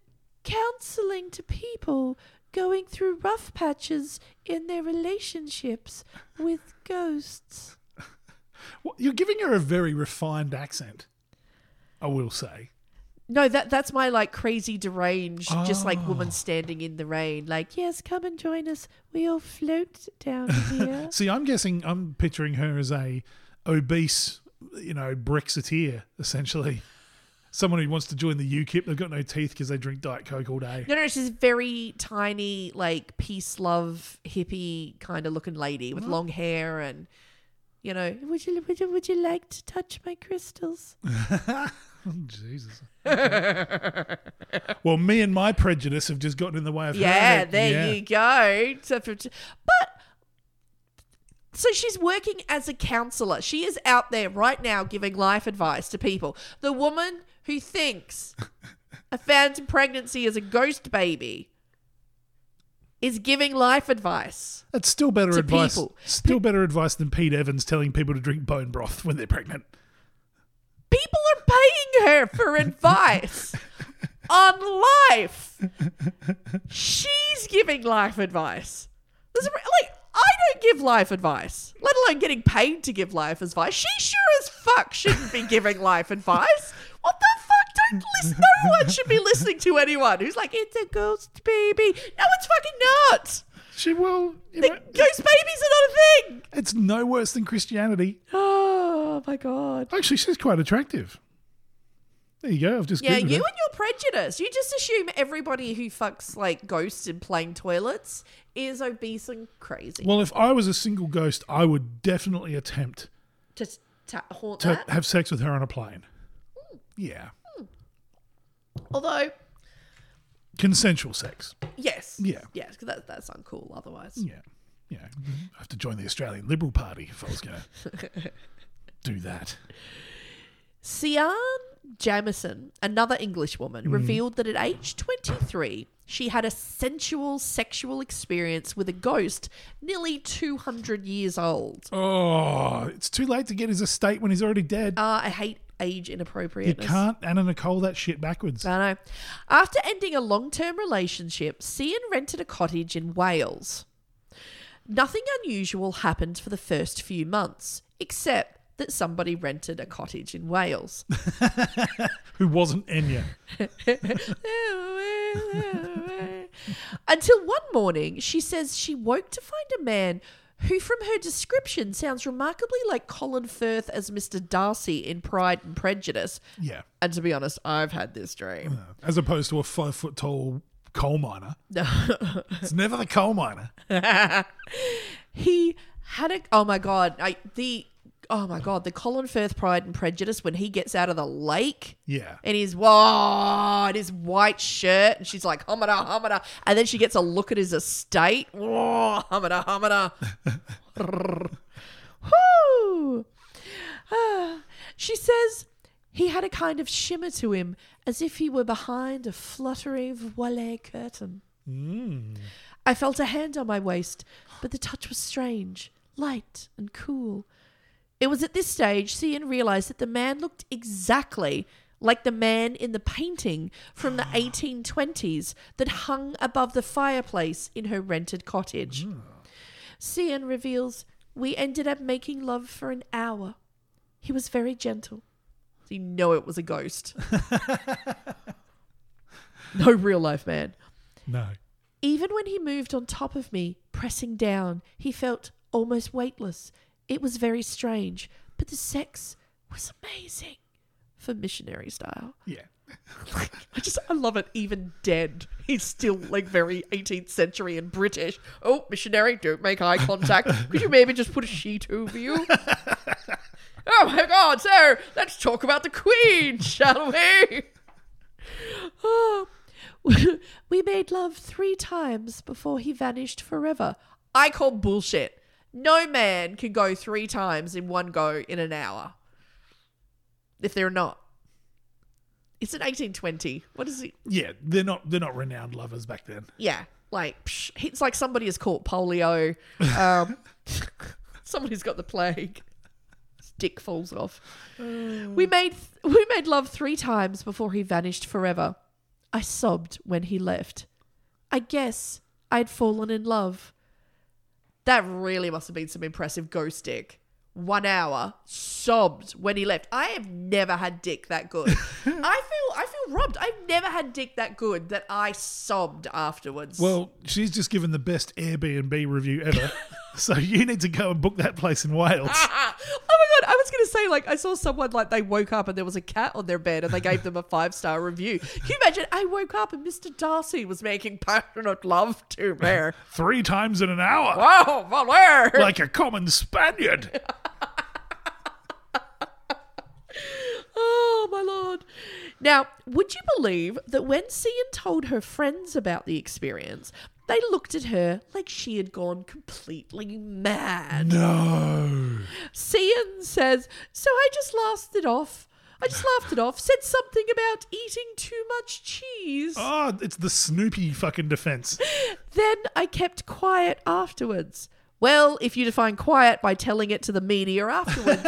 [SPEAKER 2] counseling to people going through rough patches in their relationships with ghosts.
[SPEAKER 3] What- You're giving her a very refined accent, I will say.
[SPEAKER 2] No, that that's my like crazy deranged, just like woman standing in the rain, like, yes, come and join us. We all float down here.
[SPEAKER 3] See, I'm guessing I'm picturing her as a obese, you know, Brexiteer essentially. Someone who wants to join the UKIP, they've got no teeth because they drink Diet Coke all day.
[SPEAKER 2] No, no, she's a very tiny, like peace, love, hippie kind of looking lady with long hair and you know. Would you would you would you like to touch my crystals?
[SPEAKER 3] Oh, Jesus. Well, me and my prejudice have just gotten in the way of her.
[SPEAKER 2] yeah,
[SPEAKER 3] having-
[SPEAKER 2] there
[SPEAKER 3] yeah.
[SPEAKER 2] you go. So for- But so she's working as a counselor. She is out there right now giving life advice to people. The woman who thinks a phantom pregnancy is a ghost baby is giving life advice.
[SPEAKER 3] That's still better
[SPEAKER 2] to
[SPEAKER 3] advice.
[SPEAKER 2] people.
[SPEAKER 3] Still better advice than Pete Evans telling people to drink bone broth when they're pregnant.
[SPEAKER 2] people are paying her for advice on life. She's giving life advice. This is, like I don't give life advice, let alone getting paid to give life advice. She sure as fuck shouldn't be giving life advice. What the fuck? Don't listen. No one should be listening to anyone who's like, "It's a ghost baby." No, it's fucking not.
[SPEAKER 3] She will. you
[SPEAKER 2] The
[SPEAKER 3] know,
[SPEAKER 2] ghost babies are not a thing.
[SPEAKER 3] it's no worse than Christianity.
[SPEAKER 2] Oh my god.
[SPEAKER 3] Actually, she's quite attractive. There you go. I've just
[SPEAKER 2] Yeah,
[SPEAKER 3] Googled
[SPEAKER 2] you and
[SPEAKER 3] her.
[SPEAKER 2] your prejudice. You just assume everybody who fucks like ghosts in plain toilets is obese and crazy.
[SPEAKER 3] Well, if I was a single ghost, I would definitely attempt
[SPEAKER 2] to ta- haunt
[SPEAKER 3] to
[SPEAKER 2] that.
[SPEAKER 3] have sex with her on a plane. Yeah,
[SPEAKER 2] Although,
[SPEAKER 3] consensual sex.
[SPEAKER 2] yes.
[SPEAKER 3] Yeah.
[SPEAKER 2] Yes, because that, that's uncool otherwise.
[SPEAKER 3] Yeah, yeah. I have to join the Australian Liberal Party if I was going to do that.
[SPEAKER 2] Sian Jamison, another English woman,
[SPEAKER 3] Mm.
[SPEAKER 2] revealed that at age 23, she had a sensual sexual experience with a ghost nearly 200 years old.
[SPEAKER 3] Oh, it's too late to get his estate when he's already dead.
[SPEAKER 2] Uh, I hate age
[SPEAKER 3] you
[SPEAKER 2] inappropriateness.
[SPEAKER 3] can't Anna Nicole that shit backwards.
[SPEAKER 2] I know. After ending a long term relationship, Cian rented a cottage in Wales. Nothing unusual happened for the first few months, except that somebody rented a cottage in Wales.
[SPEAKER 3] Who wasn't Enya?
[SPEAKER 2] Until one morning, she says she woke to find a man who, from her description, sounds remarkably like Colin Firth as Mr. Darcy in Pride and Prejudice.
[SPEAKER 3] Yeah,
[SPEAKER 2] And to be honest, I've had this dream.
[SPEAKER 3] as opposed to a five foot tall coal miner.
[SPEAKER 2] No.
[SPEAKER 3] It's never the coal miner.
[SPEAKER 2] he Haddock. Oh my god. I the. Oh my god. The Colin Firth Pride and Prejudice when he gets out of the lake.
[SPEAKER 3] Yeah.
[SPEAKER 2] And he's whoa, and his white shirt, and she's like humada humada, and then she gets a look at his estate. Whoa, humada humada. Whoo. Ah. she says he had a kind of shimmer to him, as if he were behind a fluttery voile curtain.
[SPEAKER 3] Mm.
[SPEAKER 2] I felt a hand on my waist, but the touch was strange, light, and cool. It was at this stage Cian realized that the man looked exactly like the man in the painting from the 1820s that hung above the fireplace in her rented cottage. Cian reveals we ended up making love for an hour. He was very gentle. You know it was a ghost. no real life man.
[SPEAKER 3] No.
[SPEAKER 2] Even when he moved on top of me, pressing down, he felt almost weightless. It was very strange, but the sex was amazing for missionary style.
[SPEAKER 3] Yeah.
[SPEAKER 2] I just, I love it. Even dead, he's still like very 18th century and British. Oh, missionary, don't make eye contact. Could you maybe just put a sheet over you? oh my God, sir, let's talk about the Queen, shall we? Oh. we made love three times before he vanished forever. I call bullshit. No man can go three times in one go in an hour. If they're not. It's an 1820. What is it?
[SPEAKER 3] Yeah, they're not they're not renowned lovers back then.
[SPEAKER 2] Yeah. Like, psh, it's like somebody has caught polio. Um, somebody's got the plague. His dick falls off. We made we made love three times before he vanished forever. I sobbed when he left. I guess I'd fallen in love. That really must have been some impressive ghost dick. One hour sobbed when he left. I have never had dick that good. I feel I feel robbed. I've never had dick that good that I sobbed afterwards.
[SPEAKER 3] Well, she's just given the best Airbnb review ever. so you need to go and book that place in Wales.
[SPEAKER 2] Ah, oh my god! I was gonna say like I saw someone like they woke up and there was a cat on their bed and they gave them a five star review. Can you imagine? I woke up and Mr. Darcy was making passionate love to me.
[SPEAKER 3] Three times in an hour.
[SPEAKER 2] Wow, Valère!
[SPEAKER 3] Like a common Spaniard.
[SPEAKER 2] Oh my lord! Now, would you believe that when Cian told her friends about the experience? They looked at her like she had gone completely mad.
[SPEAKER 3] No.
[SPEAKER 2] Cian says, So I just laughed it off. I just laughed it off. Said something about eating too much cheese.
[SPEAKER 3] Oh, it's the Snoopy fucking defense.
[SPEAKER 2] Then I kept quiet afterwards. Well, if you define quiet by telling it to the media afterwards,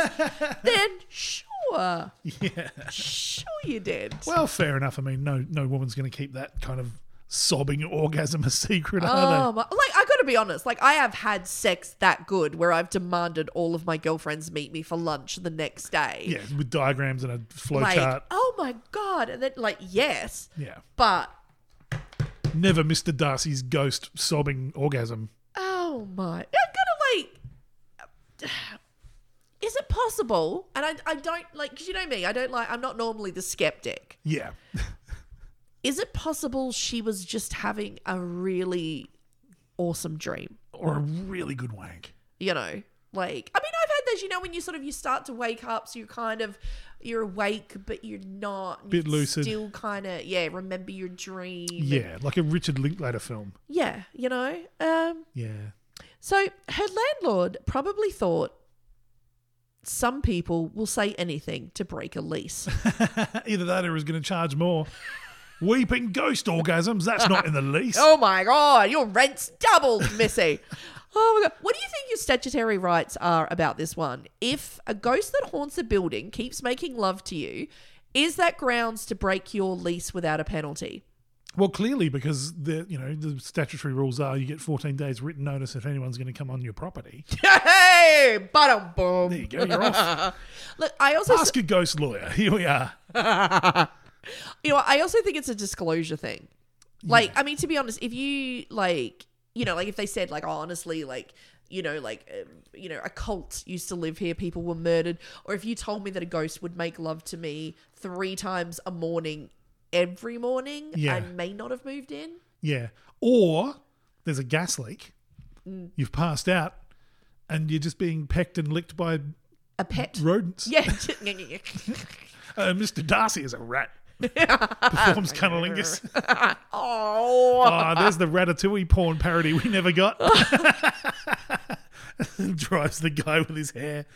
[SPEAKER 2] then sure.
[SPEAKER 3] Yeah.
[SPEAKER 2] Sure you did.
[SPEAKER 3] Well, fair enough. I mean, no no woman's going to keep that kind of sobbing orgasm a secret,
[SPEAKER 2] Oh,
[SPEAKER 3] are
[SPEAKER 2] my, like I got to be honest. Like I have had sex that good where I've demanded all of my girlfriends meet me for lunch the next day.
[SPEAKER 3] they? Yeah, with diagrams and a flow
[SPEAKER 2] like
[SPEAKER 3] chart.
[SPEAKER 2] oh my god, and then like yes,
[SPEAKER 3] Yeah.
[SPEAKER 2] but
[SPEAKER 3] Never Mr. Darcy's ghost sobbing orgasm.
[SPEAKER 2] oh my, I'm gonna like. Is it possible? And I, I don't like 'cause you know me. I don't like. I'm not normally the skeptic.
[SPEAKER 3] Yeah.
[SPEAKER 2] Is it possible she was just having a really awesome dream?
[SPEAKER 3] Or a really good wank.
[SPEAKER 2] you know like i mean i've had those you know when you sort of you start to wake up so you're kind of you're awake but you're not and
[SPEAKER 3] Bit
[SPEAKER 2] you
[SPEAKER 3] lucid.
[SPEAKER 2] still kind of yeah remember your dream and-
[SPEAKER 3] Yeah, like a Richard Linklater film.
[SPEAKER 2] yeah you know um
[SPEAKER 3] Yeah.
[SPEAKER 2] so her landlord probably thought some people will say anything to break a lease
[SPEAKER 3] Either that or he's going to charge more. Weeping ghost orgasms, that's not in the lease.
[SPEAKER 2] oh my god your rent's doubled missy oh my god what do you think your statutory rights are about this one if a ghost that haunts a building keeps making love to you is that grounds to break your lease without a penalty
[SPEAKER 3] Well, clearly, because the you know the statutory rules are you get 14 days written notice if anyone's going to come on your property.
[SPEAKER 2] hey bottom boom there you
[SPEAKER 3] go, you're off.
[SPEAKER 2] look i also
[SPEAKER 3] Ask a ghost lawyer. Here we are.
[SPEAKER 2] you know i also think it's a disclosure thing like i mean to be honest if you like you know like if they said like oh, honestly like you know like um, you know a cult used to live here people were murdered or if you told me that a ghost would make love to me three times a morning every morning i
[SPEAKER 3] Yeah.
[SPEAKER 2] may not have moved in
[SPEAKER 3] Yeah. Or there's a gas leak. You've passed out, and you're just being pecked and licked by
[SPEAKER 2] a pet
[SPEAKER 3] rodents.
[SPEAKER 2] Yeah.
[SPEAKER 3] Uh, Mr. Darcy is a rat. Performs cunnilingus.
[SPEAKER 2] oh.
[SPEAKER 3] Oh, there's the Ratatouille porn parody we never got. Drives the guy with his hair.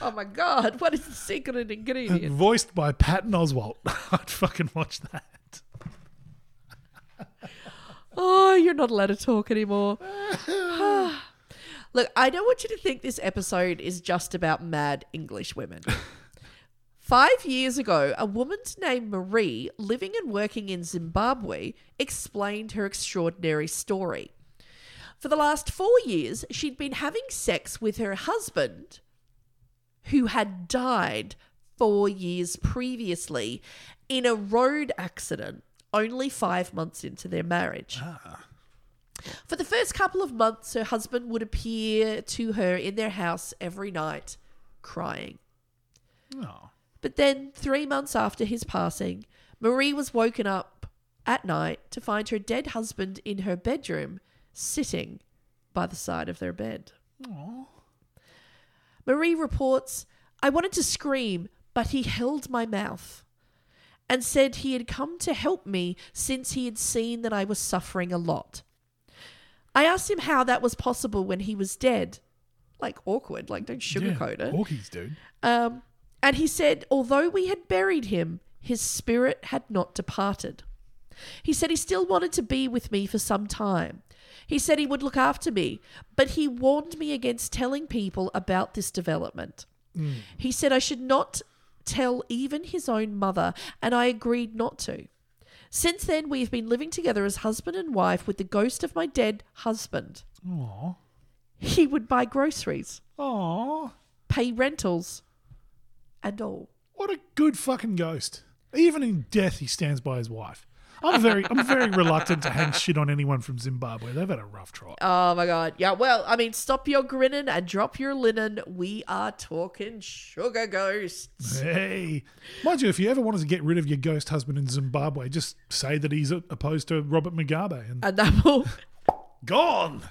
[SPEAKER 2] oh my god! What is the secret ingredient?
[SPEAKER 3] Voiced by Patton Oswalt. I'd fucking watch that.
[SPEAKER 2] Oh, you're not allowed to talk anymore. Look, I don't want you to think this episode is just about mad English women. Five years ago, a woman named Marie, living and working in Zimbabwe, explained her extraordinary story. For the last four years, she'd been having sex with her husband, who had died four years previously in a road accident only five months into their marriage. For the first couple of months, her husband would appear to her in their house every night, crying.
[SPEAKER 3] Oh.
[SPEAKER 2] But then, three months after his passing, Marie was woken up at night to find her dead husband in her bedroom, sitting by the side of their bed. Marie reports, I wanted to scream, but he held my mouth and said he had come to help me since he had seen that I was suffering a lot. I asked him how that was possible when he was dead. Like, awkward, like, don't sugarcoat it.
[SPEAKER 3] Orkies, dude.
[SPEAKER 2] Um, and he said, although we had buried him, his spirit had not departed. He said he still wanted to be with me for some time. He said he would look after me, but he warned me against telling people about this development.
[SPEAKER 3] Mm.
[SPEAKER 2] He said I should not tell even his own mother, and I agreed not to. Since then, we have been living together as husband and wife with the ghost of my dead husband.
[SPEAKER 3] Aw.
[SPEAKER 2] He would buy groceries,
[SPEAKER 3] Aw.
[SPEAKER 2] pay rentals, and all.
[SPEAKER 3] What a good fucking ghost. Even in death, he stands by his wife. I'm very, I'm very reluctant to hang shit on anyone from Zimbabwe. They've had a rough try.
[SPEAKER 2] Oh my god. Yeah, well, I mean, stop your grinning and drop your linen. We are talking sugar ghosts.
[SPEAKER 3] Hey, mind you, if you ever wanted to get rid of your ghost husband in Zimbabwe, just say that he's opposed to Robert Mugabe and
[SPEAKER 2] And that will
[SPEAKER 3] gone.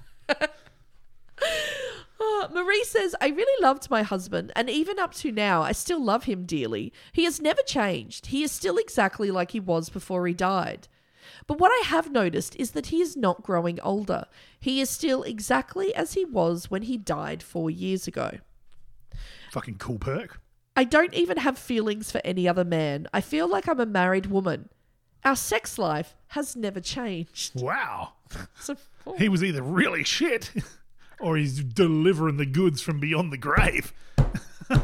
[SPEAKER 2] Uh, Marie says, I really loved my husband, and even up to now, I still love him dearly. He has never changed. He is still exactly like he was before he died. But what I have noticed is that he is not growing older. He is still exactly as he was when he died four years ago.
[SPEAKER 3] Fucking cool perk.
[SPEAKER 2] I don't even have feelings for any other man. I feel like I'm a married woman. Our sex life has never changed.
[SPEAKER 3] Wow.
[SPEAKER 2] So-
[SPEAKER 3] He was either really shit or he's delivering the goods from beyond the grave.
[SPEAKER 2] I know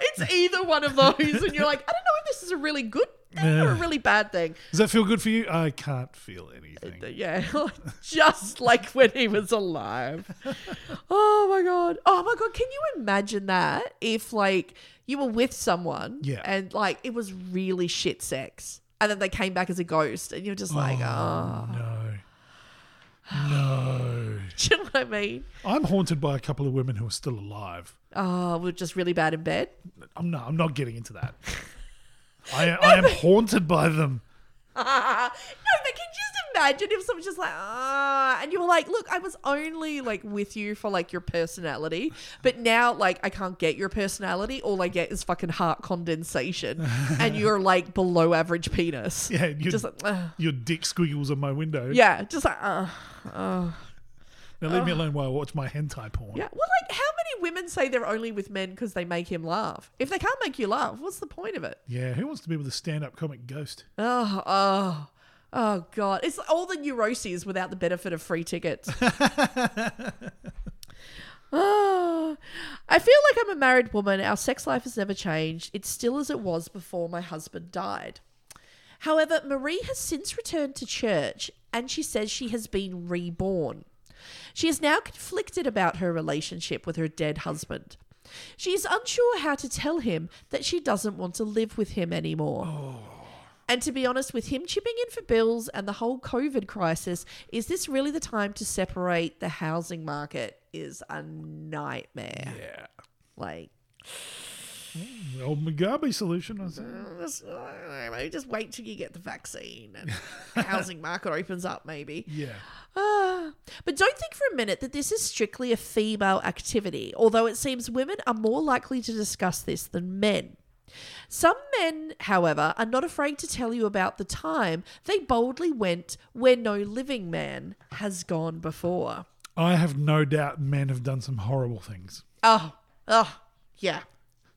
[SPEAKER 2] it's either one of those, and you're like, I don't know if this is a really good thing or a
[SPEAKER 3] Yeah.
[SPEAKER 2] really bad thing.
[SPEAKER 3] Does that feel good for you? I can't feel anything.
[SPEAKER 2] Yeah, just like when he was alive. Oh my god. Oh my god. Can you imagine that if like you were with someone,
[SPEAKER 3] Yeah.
[SPEAKER 2] and like it was really shit sex, and then they came back as a ghost, and you're just like, oh,
[SPEAKER 3] No. No.
[SPEAKER 2] do you know what I mean?
[SPEAKER 3] I'm haunted by a couple of women who are still alive.
[SPEAKER 2] Oh, we're just really bad in bed.
[SPEAKER 3] I'm not, I'm not getting into that. I, I am haunted by them.
[SPEAKER 2] no, but can you just imagine if someone's just like, ah, and you were like, look, I was only like with you for like your personality, but now like I can't get your personality. All I get is fucking heart condensation, and you're like below average penis.
[SPEAKER 3] Yeah, you-
[SPEAKER 2] just like, "Ugh."
[SPEAKER 3] Your dick squiggles on my window.
[SPEAKER 2] yeah, just like, uh, uh.
[SPEAKER 3] Now leave me alone while I watch my hentai porn.
[SPEAKER 2] yeah. Well, like, how many women say they're only with men because they make him laugh? If they can't make you laugh, what's the point of it?
[SPEAKER 3] Yeah, who wants to be with a stand-up comic ghost?
[SPEAKER 2] Oh, oh, oh, God. It's all the neuroses without the benefit of free tickets. oh, I feel like I'm a married woman. Our sex life has never changed. It's still as it was before my husband died. However, Marie has since returned to church and she says she has been reborn. She is now conflicted about her relationship with her dead husband. She is unsure how to tell him that she doesn't want to live with him anymore. And to be honest, with him chipping in for bills and the whole COVID crisis, is this really the time to separate? The housing market is a nightmare.
[SPEAKER 3] Yeah.
[SPEAKER 2] Like,
[SPEAKER 3] The old Mugabe solution. I said.
[SPEAKER 2] Just, uh, maybe just wait till you get the vaccine and the housing market opens up, maybe.
[SPEAKER 3] Yeah.
[SPEAKER 2] Ah. but don't think for a minute that this is strictly a female activity, although it seems women are more likely to discuss this than men. Some men, however, are not afraid to tell you about the time they boldly went where no living man has gone before.
[SPEAKER 3] I have no doubt men have done some horrible things.
[SPEAKER 2] Oh, oh, yeah.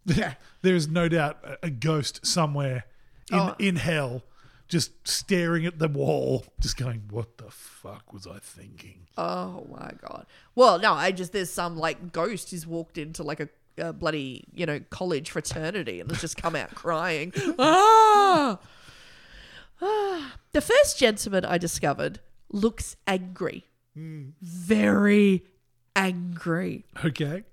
[SPEAKER 3] there is no doubt a- a ghost somewhere in,
[SPEAKER 2] Oh.
[SPEAKER 3] in hell just staring at the wall, just going, What the fuck was I thinking?
[SPEAKER 2] Oh my god. Well, no, I just there's some like ghost who's walked into like a, a bloody you know college fraternity and has just come out crying. Ah! ah. The first gentleman I discovered looks angry, very angry.
[SPEAKER 3] Okay.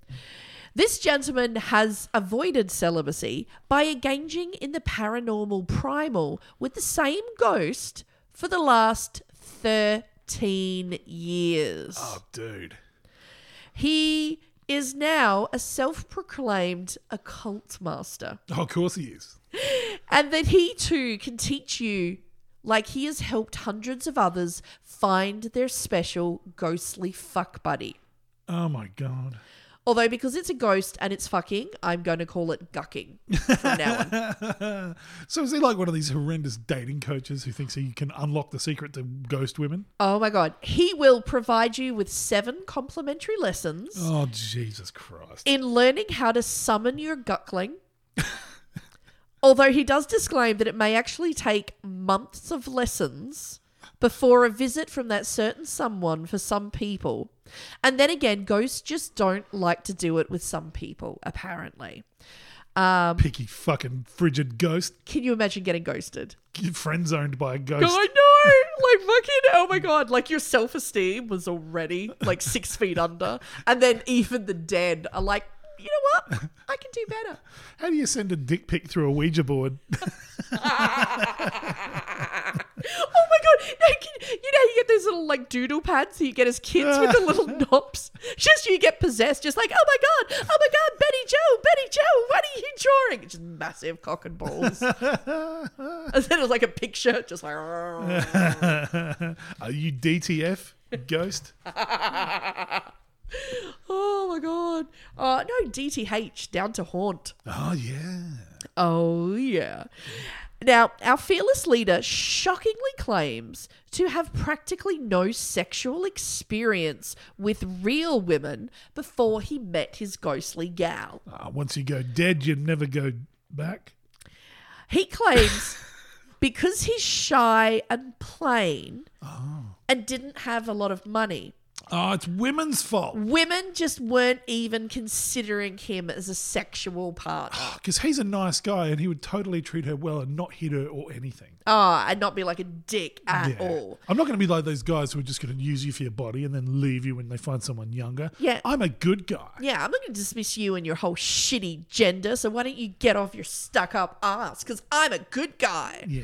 [SPEAKER 2] This gentleman has avoided celibacy by engaging in the paranormal primal with the same ghost for the last 13 years.
[SPEAKER 3] Oh, dude.
[SPEAKER 2] He is now a self proclaimed occult master,
[SPEAKER 3] Oh, of course he is.
[SPEAKER 2] and that he too can teach you, like he has helped hundreds of others find their special ghostly fuck buddy.
[SPEAKER 3] Oh, my God.
[SPEAKER 2] Although, because it's a ghost and it's fucking, I'm going to call it gucking from now on.
[SPEAKER 3] So is he like one of these horrendous dating coaches who thinks he can unlock the secret to ghost women?
[SPEAKER 2] Oh my God. He will provide you with seven complimentary lessons
[SPEAKER 3] Oh, Jesus Christ.
[SPEAKER 2] in learning how to summon your guckling. Although he does disclaim that it may actually take months of lessons before a visit from that certain someone for some people. And then again, ghosts just don't like to do it with some people, apparently. Um,
[SPEAKER 3] Picky fucking frigid ghost.
[SPEAKER 2] can you imagine getting ghosted?
[SPEAKER 3] Friend zoned by a ghost.
[SPEAKER 2] God, I know. Like fucking. Oh my god. Like your self esteem was already like six feet under, and then even the dead are like, you know what? I can do better.
[SPEAKER 3] How do you send a dick pic through a Ouija board?
[SPEAKER 2] Oh my god. No, can, you know how you get those little like doodle pads that you get as kids with the little knobs. Just you get possessed. Just like oh my god. Oh my god. Betty Joe. Betty Joe. What are you drawing? It's just massive cock and balls. and then it was like a picture. Just like. "Oh
[SPEAKER 3] Are you DTF, ghost?
[SPEAKER 2] Oh my god. Uh, no, DTH, down to haunt.
[SPEAKER 3] Oh, yeah.
[SPEAKER 2] Oh, yeah. Now, our fearless leader shockingly claims to have practically no sexual experience with real women before he met his ghostly gal.
[SPEAKER 3] Ah, once you go dead, you never go back.
[SPEAKER 2] He claims because he's shy and plain and didn't have a lot of money,
[SPEAKER 3] Oh, it's women's fault.
[SPEAKER 2] Mm. women just weren't even considering him as a sexual partner.
[SPEAKER 3] Because he's a nice guy and he would totally treat her well and not hit her or anything.
[SPEAKER 2] Oh, and not be like a dick at
[SPEAKER 3] Yeah.
[SPEAKER 2] all.
[SPEAKER 3] I'm not going to be like those guys who are just going to use you for your body and then leave you when they find someone younger.
[SPEAKER 2] Yeah.
[SPEAKER 3] I'm a good guy.
[SPEAKER 2] Yeah, I'm not going to dismiss you and your whole shitty gender, so why don't you get off your stuck up ass? Because I'm a good guy.
[SPEAKER 3] Yeah.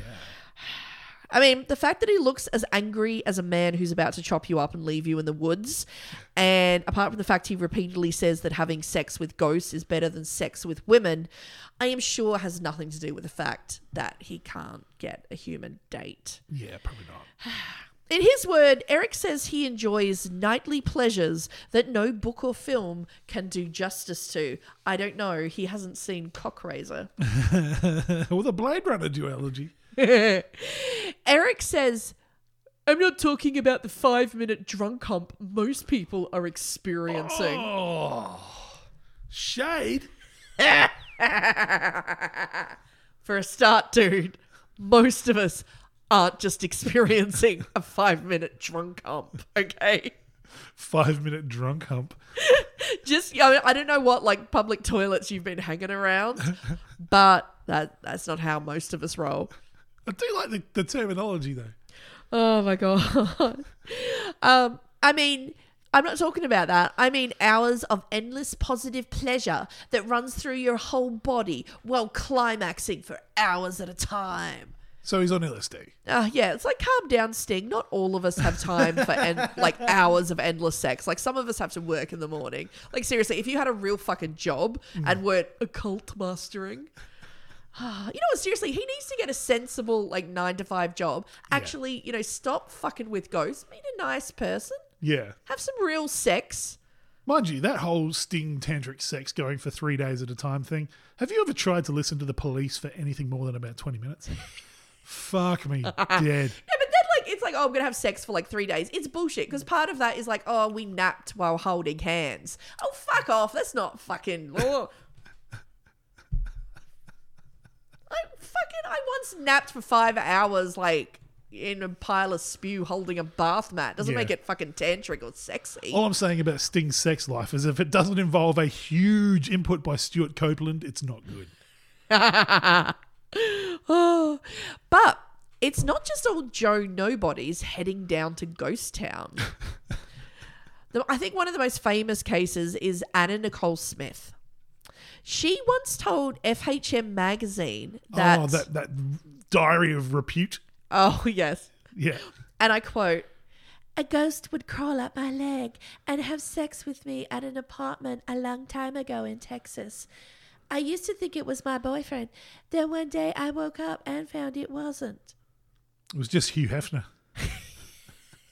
[SPEAKER 2] I mean, the fact that he looks as angry as a man who's about to chop you up and leave you in the woods, and apart from the fact he repeatedly says that having sex with ghosts is better than sex with women, I am sure has nothing to do with the fact that he can't get a human date.
[SPEAKER 3] Yeah, probably not.
[SPEAKER 2] In his word, Eric says he enjoys nightly pleasures that no book or film can do justice to. I don't know. He hasn't seen Cockraiser.
[SPEAKER 3] well, the Blade Runner duology.
[SPEAKER 2] Eric says, I'm not talking about the five minute drunk hump most people are experiencing.
[SPEAKER 3] Oh, shade.
[SPEAKER 2] For a start, dude, most of us aren't just experiencing a five minute drunk hump, okay?
[SPEAKER 3] Five minute drunk hump.
[SPEAKER 2] just I, mean, I don't know what like public toilets you've been hanging around, but that that's not how most of us roll.
[SPEAKER 3] I do like the, the terminology though.
[SPEAKER 2] Oh my god. um, I mean. I'm not talking about that. I mean hours of endless positive pleasure that runs through your whole body while climaxing for hours at a time.
[SPEAKER 3] So he's on LSD.
[SPEAKER 2] Uh, yeah, it's like calm down, Sting. Not all of us have time for en- like hours of endless sex. Like some of us have to work in the morning. Like seriously, if you had a real fucking job and weren't occult mastering, you know what? Seriously, he needs to get a sensible like nine to five job. Actually, you know, stop fucking with ghosts. Meet a nice person.
[SPEAKER 3] Yeah.
[SPEAKER 2] Have some real sex.
[SPEAKER 3] Mind you, that whole sting tantric sex going for three days at a time thing. Have you ever tried to listen to the police for anything more than about 20 minutes? Fuck me dead.
[SPEAKER 2] Yeah, but then like it's like oh I'm gonna have sex for like three days. It's bullshit because part of that is like oh we napped while holding hands. Oh fuck off. That's not fucking. oh. I fucking I once napped for five hours like in a pile of spew holding a bath mat. Doesn't
[SPEAKER 3] Yeah. Oh,
[SPEAKER 2] make it fucking tantric or sexy.
[SPEAKER 3] All I'm saying about Sting's sex life is if it doesn't involve a huge input by Stuart Copeland, it's not good.
[SPEAKER 2] oh, but it's not just old Joe Nobody's heading down to Ghost Town. The- I think one of the most famous cases is Anna Nicole Smith. She once told FHM magazine that.
[SPEAKER 3] Oh, that, that diary of repute.
[SPEAKER 2] Oh, yes.
[SPEAKER 3] Yeah.
[SPEAKER 2] And I quote
[SPEAKER 10] A ghost would crawl up my leg and have sex with me at an apartment a long time ago in Texas. I used to think it was my boyfriend. Then one day I woke up and found it wasn't.
[SPEAKER 3] It was just Hugh Hefner.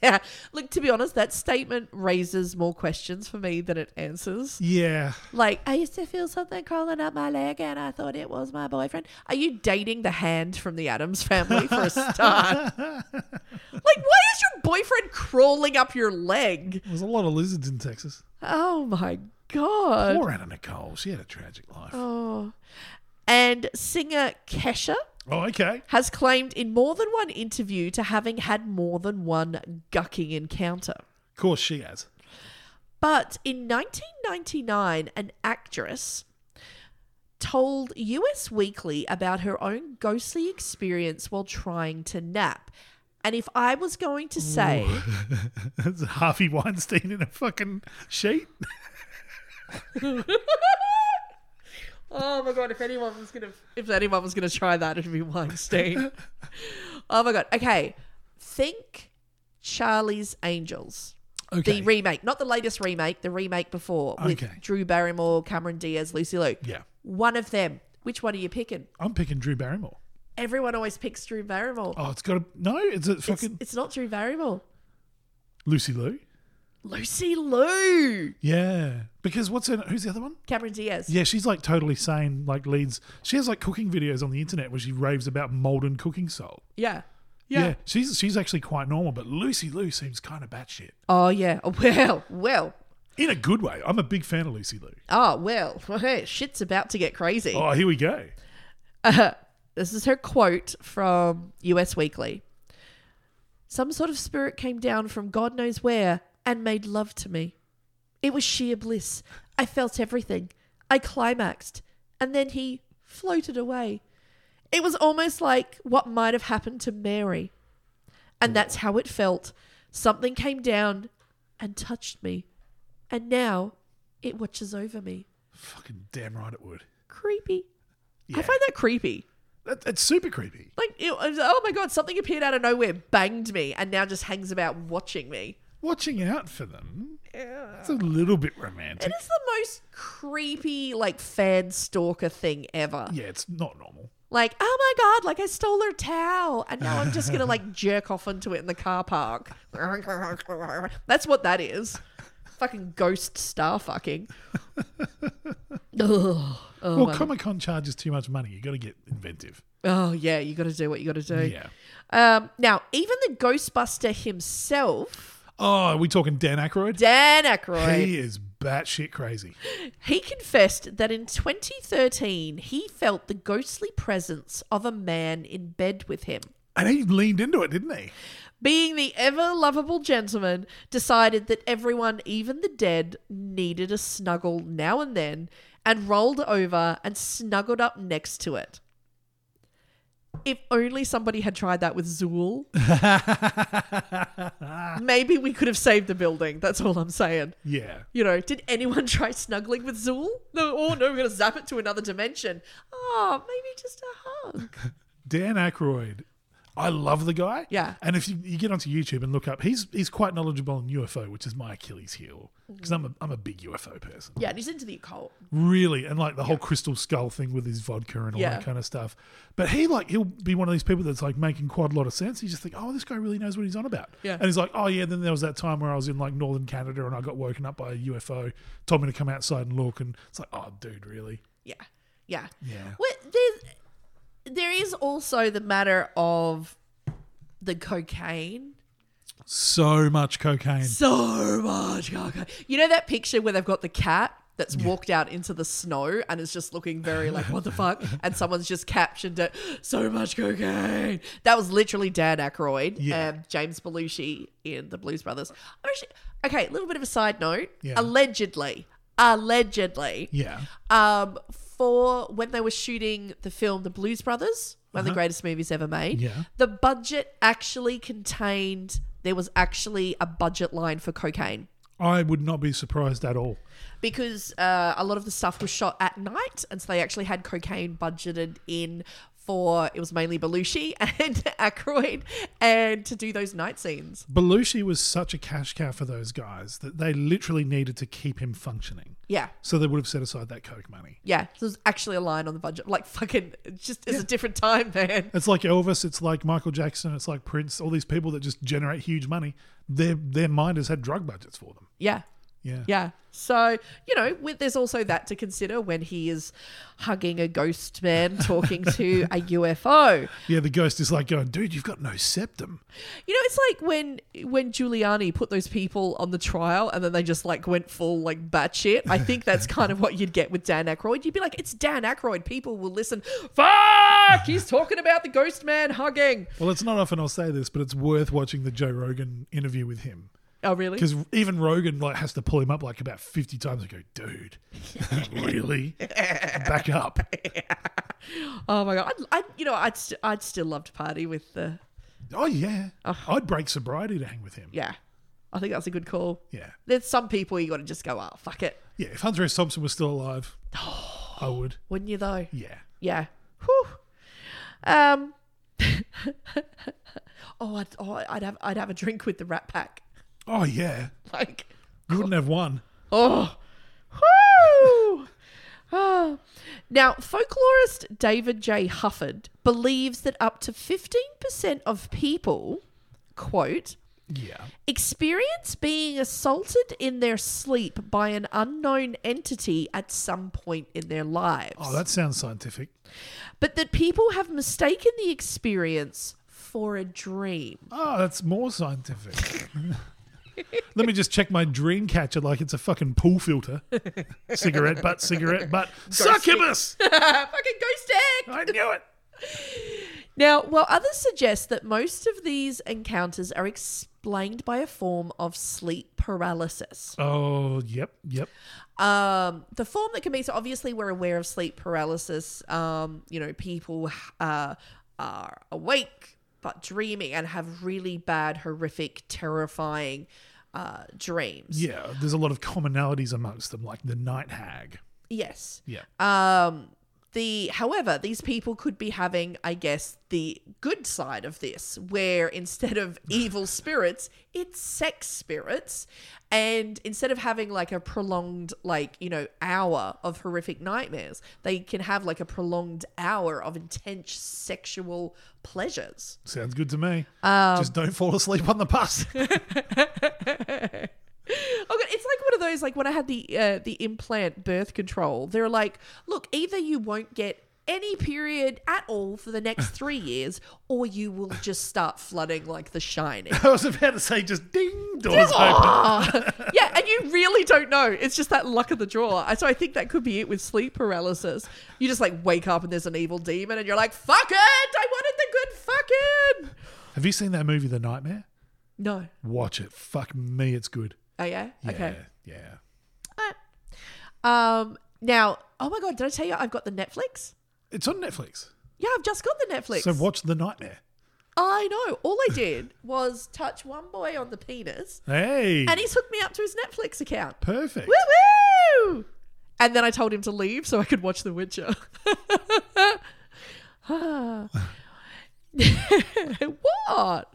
[SPEAKER 2] Yeah. Look, to be honest, that statement raises more questions for me than it answers.
[SPEAKER 3] Yeah.
[SPEAKER 2] Like,
[SPEAKER 10] I used to feel something crawling up my leg and I thought it was my boyfriend.
[SPEAKER 2] are you dating the hand from the Adams family for a start? like, why is your boyfriend crawling up your leg?
[SPEAKER 3] There's a lot of lizards in Texas.
[SPEAKER 2] Oh my god.
[SPEAKER 3] Poor Anna Nicole. She had a tragic life.
[SPEAKER 2] Uh, Oh. And singer Kesha
[SPEAKER 3] Oh, okay.
[SPEAKER 2] has claimed in more than one interview to having had more than one gucking encounter.
[SPEAKER 3] Of course she has.
[SPEAKER 2] But in 1999, an actress told US Weekly about her own ghostly experience while trying to nap. And if I was going to say,
[SPEAKER 3] That's Harvey Weinstein in a fucking sheet.
[SPEAKER 2] oh my god, if anyone was gonna, if anyone was gonna try that, it'd be Weinstein. oh my god. Okay, think Charlie's Angels.
[SPEAKER 3] Okay.
[SPEAKER 2] The remake, not the latest remake, the remake before
[SPEAKER 3] Okay.
[SPEAKER 2] with Drew Barrymore, Cameron Diaz, Lucy Liu.
[SPEAKER 3] Yeah.
[SPEAKER 2] One of them. Which one are you picking?
[SPEAKER 3] I'm picking Drew Barrymore.
[SPEAKER 2] Everyone always picks Drew Barrymore.
[SPEAKER 3] Oh, it's got a no. It's a
[SPEAKER 2] it's,
[SPEAKER 3] fucking
[SPEAKER 2] it's not Drew Barrymore.
[SPEAKER 3] Lucy Lou.
[SPEAKER 2] Lucy Liu.
[SPEAKER 3] Yeah, because what's her? Who's the other one?
[SPEAKER 2] Cameron Diaz.
[SPEAKER 3] Yeah, she's like totally sane. Like leads. She has like cooking videos on the internet where she raves about molten cooking salt.
[SPEAKER 2] Yeah. Yeah.
[SPEAKER 3] she's she's actually quite normal, but Lucy Lou seems kind of batshit
[SPEAKER 2] Oh yeah. Oh, well, well.
[SPEAKER 3] in a good way. I'm a big fan of Lucy Lou.
[SPEAKER 2] Oh well. Shit's about to get crazy.
[SPEAKER 3] Oh, here we go.
[SPEAKER 2] This is her quote from US Weekly. Some sort of spirit came down from God knows where and made love to me. It was sheer bliss. I felt everything. I climaxed. And then he floated away. It was almost like what might have happened to Mary. And that's how it felt. Something came down and touched me. And now it watches over me.
[SPEAKER 3] Fucking damn right it would.
[SPEAKER 2] Creepy.
[SPEAKER 3] Yeah.
[SPEAKER 2] I find that creepy.
[SPEAKER 3] That, that's super creepy.
[SPEAKER 2] Like, it was, oh my god, something appeared out of nowhere, banged me, and now just hangs about watching me.
[SPEAKER 3] Watching out for them. It's a little bit romantic.
[SPEAKER 2] It is the most creepy, like, fan stalker thing ever.
[SPEAKER 3] Yeah, it's not normal.
[SPEAKER 2] Like, oh my god, like I stole her towel, and now I'm just gonna, like, jerk off into it in the car park. That's what that is. Fucking ghost star fucking. Ugh. Oh,
[SPEAKER 3] well,
[SPEAKER 2] my-
[SPEAKER 3] Comic Con charges too much money. You got to get inventive.
[SPEAKER 2] oh, yeah, you gotta do what you gotta do.
[SPEAKER 3] Yeah.
[SPEAKER 2] Um, now, even the Ghostbuster himself,
[SPEAKER 3] Oh, are we talking Dan Aykroyd?
[SPEAKER 2] Dan Aykroyd.
[SPEAKER 3] He is batshit crazy.
[SPEAKER 2] He confessed that in 2013 he felt the ghostly presence of a man in bed with him.
[SPEAKER 3] And he leaned into it, didn't he?
[SPEAKER 2] Being the ever lovable gentleman, decided that everyone, even the dead, needed a snuggle now and then, and rolled over and snuggled up next to it. If only somebody had tried that with Zool, maybe we could have saved the building. That's all I'm saying.
[SPEAKER 3] Yeah.
[SPEAKER 2] You know, did anyone try snuggling with Zool? No, oh no, we're gonna Ah, zap it to another dimension. Oh, maybe just a hug.
[SPEAKER 3] Dan Aykroyd I love the guy.
[SPEAKER 2] Yeah.
[SPEAKER 3] And if you, you get onto YouTube and look up, he's he's quite knowledgeable on UFO, which is my Achilles heel because I'm a, I'm a big UFO person.
[SPEAKER 2] Yeah, and he's into the occult.
[SPEAKER 3] Really, and like the whole crystal skull thing with his vodka and all
[SPEAKER 2] Yeah.
[SPEAKER 3] that kind of stuff. But he like he'll be one of these people that's like making quite a lot of sense. You just think, oh, this guy really knows what he's on about.
[SPEAKER 2] Yeah.
[SPEAKER 3] And he's like, oh yeah. Then there was that time where I was in like northern Canada and I got woken up by a UFO, told me to come outside and look, and it's like, oh, dude, really?
[SPEAKER 2] Yeah. Yeah.
[SPEAKER 3] Yeah.
[SPEAKER 2] Well, there's, there is also the matter of the cocaine.
[SPEAKER 3] So much cocaine.
[SPEAKER 2] So much cocaine. You know that picture where they've got the cat that's walked out into the snow and is just looking very like, what the fuck? And someone's just captioned it, so much cocaine. That was literally Dan Aykroyd
[SPEAKER 3] Yeah.
[SPEAKER 2] and James Belushi in The Blues Brothers. I'm actually- okay, a little bit of a side note.
[SPEAKER 3] Yeah.
[SPEAKER 2] Allegedly, allegedly,
[SPEAKER 3] Yeah.
[SPEAKER 2] um, for when they were shooting the film The Blues Brothers, one of the
[SPEAKER 3] Uh-huh.
[SPEAKER 2] greatest movies ever made.
[SPEAKER 3] Yeah.
[SPEAKER 2] The budget actually contained there was actually a budget line for cocaine
[SPEAKER 3] I would not be surprised at all.
[SPEAKER 2] because uh, a lot of the stuff was shot at night, and so they actually had cocaine budgeted in. For it was mainly Belushi and Aykroyd, and to do those night scenes.
[SPEAKER 3] Belushi was such a cash cow for those guys that they literally needed to keep him functioning.
[SPEAKER 2] Yeah.
[SPEAKER 3] So they would have set aside that coke money.
[SPEAKER 2] Yeah, so there's actually a line on the budget. Like, fucking, it's just, it's a different time, man.
[SPEAKER 3] It's like Elvis, it's like Michael Jackson, it's like Prince, all these people that just generate huge money. Their their mind has had drug budgets for them.
[SPEAKER 2] Yeah.
[SPEAKER 3] Yeah.
[SPEAKER 2] Yeah. So, you know, with, there's also that to consider when he is hugging a ghost man talking to a UFO.
[SPEAKER 3] Yeah, the ghost is like going, dude, you've got no septum.
[SPEAKER 2] You know, it's like when when Giuliani put those people on the trial and then they just like went full like batshit. I think that's kind of what you'd get with Dan Aykroyd. You'd be like, it's Dan Aykroyd. People will listen. Fuck! He's talking about the ghost man hugging.
[SPEAKER 3] Well, it's not often I'll say this, but it's worth watching the Joe Rogan interview with him.
[SPEAKER 2] Oh, really?
[SPEAKER 3] Because even Rogan like has to pull him up like about fifty times and go, dude, really? Back up.
[SPEAKER 2] Oh my god! I'd, I'd you know I'd st- I'd still love to party with the
[SPEAKER 3] Oh yeah. I'd break sobriety to hang with him.
[SPEAKER 2] yeah. I think that's a good call.
[SPEAKER 3] Yeah.
[SPEAKER 2] There's some people you got to just go, oh fuck it.
[SPEAKER 3] Yeah, if Hunter S. Thompson was still alive, I would.
[SPEAKER 2] Wouldn't you though?
[SPEAKER 3] Yeah.
[SPEAKER 2] Yeah. Whew. Um. oh, I'd, oh, I'd have I'd have a drink with the Rat Pack.
[SPEAKER 3] Oh yeah.
[SPEAKER 2] Like,
[SPEAKER 3] You wouldn't have won.
[SPEAKER 2] oh, whoo. Oh. Now, folklorist David J. Hufford believes that up to 15% of people, quote,
[SPEAKER 3] Yeah.
[SPEAKER 2] experience being assaulted in their sleep by an unknown entity at some point in their lives.
[SPEAKER 3] Oh, that sounds scientific.
[SPEAKER 2] but that people have mistaken the experience for a dream.
[SPEAKER 3] Oh, that's more scientific. Let me just check my dream catcher like it's a fucking pool filter. cigarette butt, cigarette butt. Succubus!
[SPEAKER 2] Fucking ghost egg!
[SPEAKER 3] I knew it!
[SPEAKER 2] Now, while others suggest that most of these encounters are explained by a form of sleep paralysis,
[SPEAKER 3] Oh, yep, yep.
[SPEAKER 2] um, the form that can be so obviously we're aware of sleep paralysis. Um, you know, people uh, are awake but dreaming and have really bad, horrific, terrifying uh, dreams.
[SPEAKER 3] Yeah, there's a lot of commonalities amongst them, like the night hag.
[SPEAKER 2] Yes.
[SPEAKER 3] Yeah.
[SPEAKER 2] Um, the however, these people could be having, I guess, the good side of this, where instead of evil spirits, it's sex spirits, and instead of having like a prolonged, like you know, hour of horrific nightmares, they can have like a prolonged hour of intense sexual pleasures.
[SPEAKER 3] Sounds good to me.
[SPEAKER 2] um,
[SPEAKER 3] just don't fall asleep on the bus.
[SPEAKER 2] Oh god, it's like one of those like when I had the uh, the implant birth control. They're like, look, either you won't get any period at all for the next three years, or you will just start flooding like The Shining.
[SPEAKER 3] I was about to say, just ding, doors open.
[SPEAKER 2] yeah, and you really don't know. It's just that luck of the draw. And So I think that could be it with sleep paralysis. You just like wake up and there's an evil demon, and you're like, fuck it, I wanted the good fucking.
[SPEAKER 3] Have you seen that movie, The Nightmare?
[SPEAKER 2] No.
[SPEAKER 3] Watch it. Fuck me, it's good.
[SPEAKER 2] Oh yeah.
[SPEAKER 3] Yeah,
[SPEAKER 2] Okay.
[SPEAKER 3] yeah.
[SPEAKER 2] Um. Now, oh my god, did I tell you I've got the Netflix?
[SPEAKER 3] It's on Netflix.
[SPEAKER 2] Yeah, I've just got the Netflix.
[SPEAKER 3] So watch The Nightmare.
[SPEAKER 2] I know. All I did was touch one boy on the penis,
[SPEAKER 3] Hey,
[SPEAKER 2] and he's hooked me up to his Netflix account.
[SPEAKER 3] perfect.
[SPEAKER 2] Woo woo! And then I told him to leave so I could watch The Witcher. Ah. what?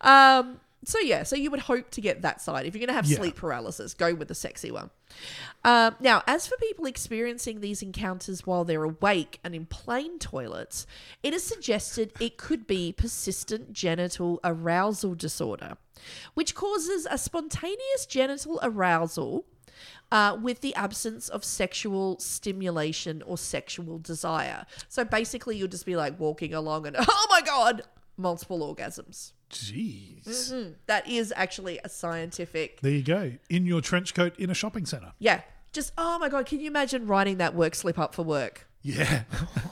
[SPEAKER 2] Um, so yeah, so you would hope to get that side. If you're going to have
[SPEAKER 11] Yeah.
[SPEAKER 2] sleep paralysis, go with the sexy one. Um, now, as for people experiencing these encounters while they're awake and in plain toilets, it is suggested it could be persistent genital arousal disorder, which causes a spontaneous genital arousal uh, with the absence of sexual stimulation or sexual desire. So basically, you'll just be like walking along and, oh my God, multiple orgasms.
[SPEAKER 3] Jeez.
[SPEAKER 2] Mhm. That is actually a scientific.
[SPEAKER 3] There you go. In your trench coat in a shopping centre.
[SPEAKER 2] Yeah. Just, oh my God, can you imagine writing that work slip up for work?
[SPEAKER 3] Yeah.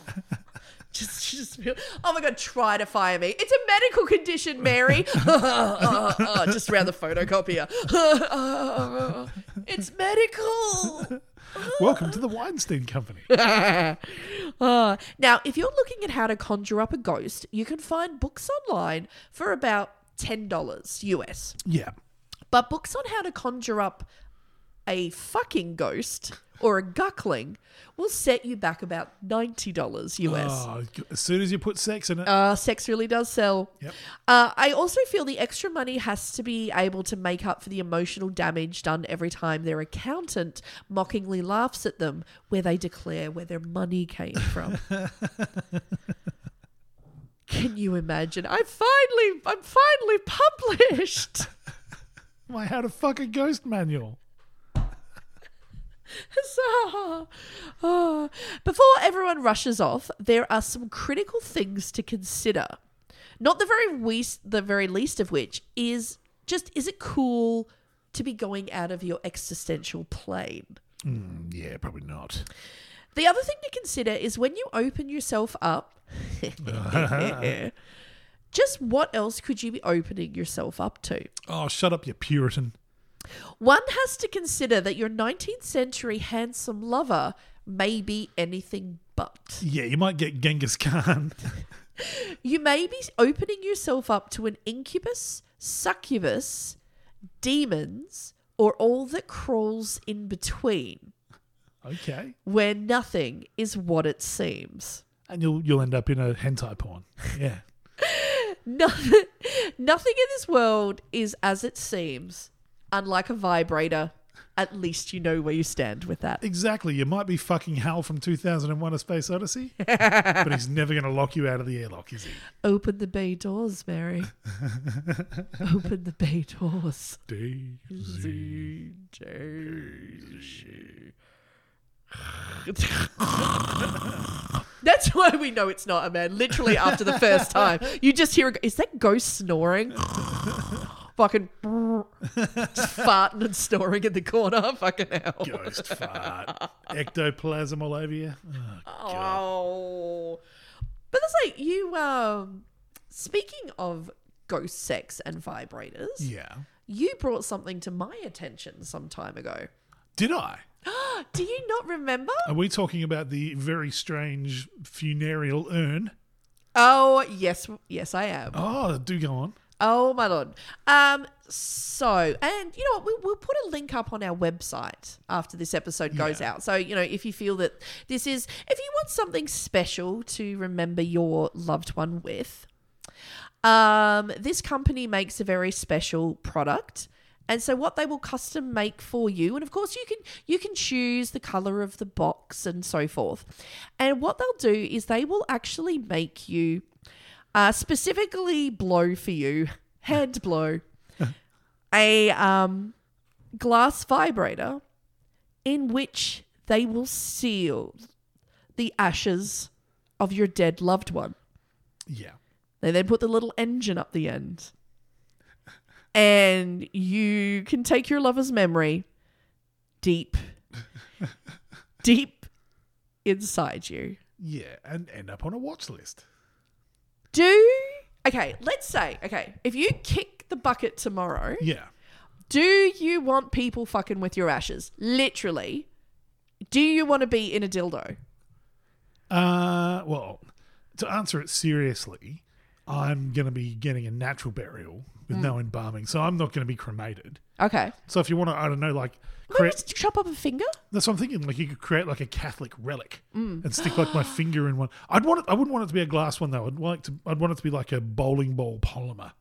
[SPEAKER 2] Just, just, feel- oh my God, try to fire me. It's a medical condition, Mary. Uh, uh, just around the photocopier. Uh, it's medical.
[SPEAKER 3] Welcome to the Weinstein Company.
[SPEAKER 2] Uh, now, if you're looking at how to conjure up a ghost, you can find books online for about $10 US.
[SPEAKER 3] Yeah.
[SPEAKER 2] But books on how to conjure up a fucking ghost or a guckling will set you back about $90 US.
[SPEAKER 3] Oh, as soon as you put sex in it.
[SPEAKER 2] Uh, sex really does sell. Uh, I also feel the extra money has to be able to make up for the emotional damage done every time their accountant mockingly laughs at them where they declare where their money came from. Can you imagine? I finally, I'm finally published.
[SPEAKER 3] My How to Fuck a Ghost manual.
[SPEAKER 2] Huzzah! Ah. Before everyone rushes off, there are some critical things to consider. Not the very least, the very least of which is just is it cool to be going out of your existential plane?
[SPEAKER 3] Mm, yeah, probably not.
[SPEAKER 2] The other thing to consider is when you open yourself up, just what else could you be opening yourself up to?
[SPEAKER 3] Oh, shut up, you Puritan.
[SPEAKER 2] One has to consider that your 19th century handsome lover may be anything but.
[SPEAKER 3] Yeah, you might get Genghis Khan.
[SPEAKER 2] You may be opening yourself up to an incubus, succubus, demons, or all that crawls in between,
[SPEAKER 3] Okay.
[SPEAKER 2] where nothing is what it seems.
[SPEAKER 3] And you'll you'll end up in a hentai porn. Yeah.
[SPEAKER 2] Nothing, nothing in this world is as it seems. Unlike a vibrator, at least you know where you stand with that.
[SPEAKER 3] exactly. You might be fucking Hal from 2001 A Space Odyssey, but he's never going to lock you out of the airlock, is he?
[SPEAKER 2] Open the bay doors, Mary. Open the bay doors. That's why we know it's not a man. Literally, after the first time, you just hear, a g- is that ghost snoring? Fucking just farting and snoring in the corner. Fucking hell.
[SPEAKER 3] Ghost fart. Ectoplasm all over you. Oh,
[SPEAKER 2] Oh. But that's like you um speaking of ghost sex and vibrators.
[SPEAKER 3] Yeah.
[SPEAKER 2] You brought something to my attention some time ago.
[SPEAKER 3] Did I?
[SPEAKER 2] Do you not remember?
[SPEAKER 3] Are we talking about the very strange funereal urn?
[SPEAKER 2] Oh, yes, yes I am.
[SPEAKER 3] Oh, do go on.
[SPEAKER 2] Oh my lord. Um so and you know what we, we'll put a link up on our website after this episode goes out. So you know if you feel that this is if you want something special to remember your loved one with um this company makes a very special product. And so what they will custom make for you and of course you can you can choose the color of the box and so forth. And what they'll do is they will actually make you uh, specifically blow for you, hand blow, a um, glass vibrator in which they will seal the ashes of your dead loved one.
[SPEAKER 3] Yeah.
[SPEAKER 2] They then put the little engine up the end. And you can take your lover's memory deep, deep inside you.
[SPEAKER 3] Yeah, and end up on a watch list.
[SPEAKER 2] Do okay, let's say, okay, if you kick the bucket tomorrow,
[SPEAKER 3] Yeah.
[SPEAKER 2] do you want people fucking with your ashes? Literally. Do you want to be in a dildo?
[SPEAKER 3] Uh, well, to answer it seriously, I'm going to be getting a natural burial with no embalming, so I'm not going to be cremated.
[SPEAKER 2] Okay.
[SPEAKER 3] So if you want to, I don't know, like
[SPEAKER 2] Maybe
[SPEAKER 3] create,
[SPEAKER 2] just chop up a finger.
[SPEAKER 3] that's what I'm thinking. Like you could create like a Catholic relic
[SPEAKER 2] Mm.
[SPEAKER 3] and stick like my finger in one. I'd want it. I wouldn't want it to be a glass one though. I'd like to. I'd want it to be like a bowling ball polymer,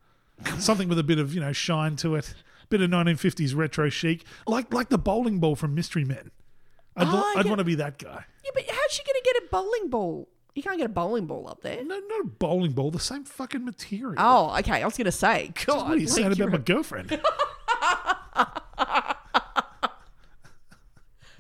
[SPEAKER 3] something with a bit of you know shine to it, bit of 1950s retro chic, like like the bowling ball from Mystery Men. I'd,
[SPEAKER 2] Ah,
[SPEAKER 3] I'd
[SPEAKER 2] yeah.
[SPEAKER 3] want to be that guy.
[SPEAKER 2] Yeah, but how's she going to get a bowling ball? You can't get a bowling ball up there.
[SPEAKER 3] No, not a bowling ball. The same fucking material.
[SPEAKER 2] Oh, okay. I was going to say,
[SPEAKER 3] Just
[SPEAKER 2] God,
[SPEAKER 3] what are you
[SPEAKER 2] like,
[SPEAKER 3] saying about
[SPEAKER 2] you're
[SPEAKER 3] my
[SPEAKER 2] a-
[SPEAKER 3] girlfriend?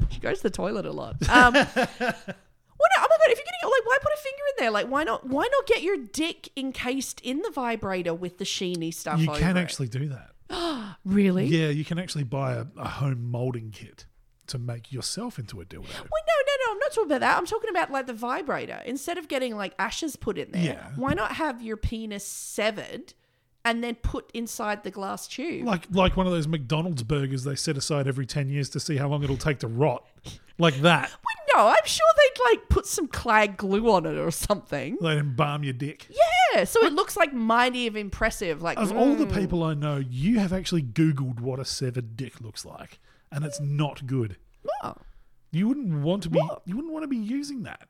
[SPEAKER 2] She goes to the toilet a lot. Um, why not, oh my god! If you're getting like, why put a finger in there? Like, why not? Why not get your dick encased in the vibrator with the sheeny stuff?
[SPEAKER 3] you
[SPEAKER 2] over
[SPEAKER 3] can
[SPEAKER 2] it?
[SPEAKER 3] actually do that.
[SPEAKER 2] really?
[SPEAKER 3] Yeah, you can actually buy a, a home molding kit to make yourself into a dildo.
[SPEAKER 2] Wait, no, no, no. I'm not talking about that. I'm talking about like the vibrator. Instead of getting like ashes put in there,
[SPEAKER 3] Yeah.
[SPEAKER 2] why not have your penis severed and then put inside the glass tube?
[SPEAKER 3] Like like one of those McDonald's burgers they set aside every ten years to see how long it'll take to rot. Like that.
[SPEAKER 2] Wait, no, I'm sure they'd like put some clag glue on it or something.
[SPEAKER 3] They embalm your dick.
[SPEAKER 2] Yeah, so it looks like mighty of impressive. Like
[SPEAKER 3] Of all the
[SPEAKER 2] mm.
[SPEAKER 3] people I know, you have actually Googled what a severed dick looks like. And it's not good.
[SPEAKER 2] No.
[SPEAKER 3] You wouldn't want to be you wouldn't want to be using that.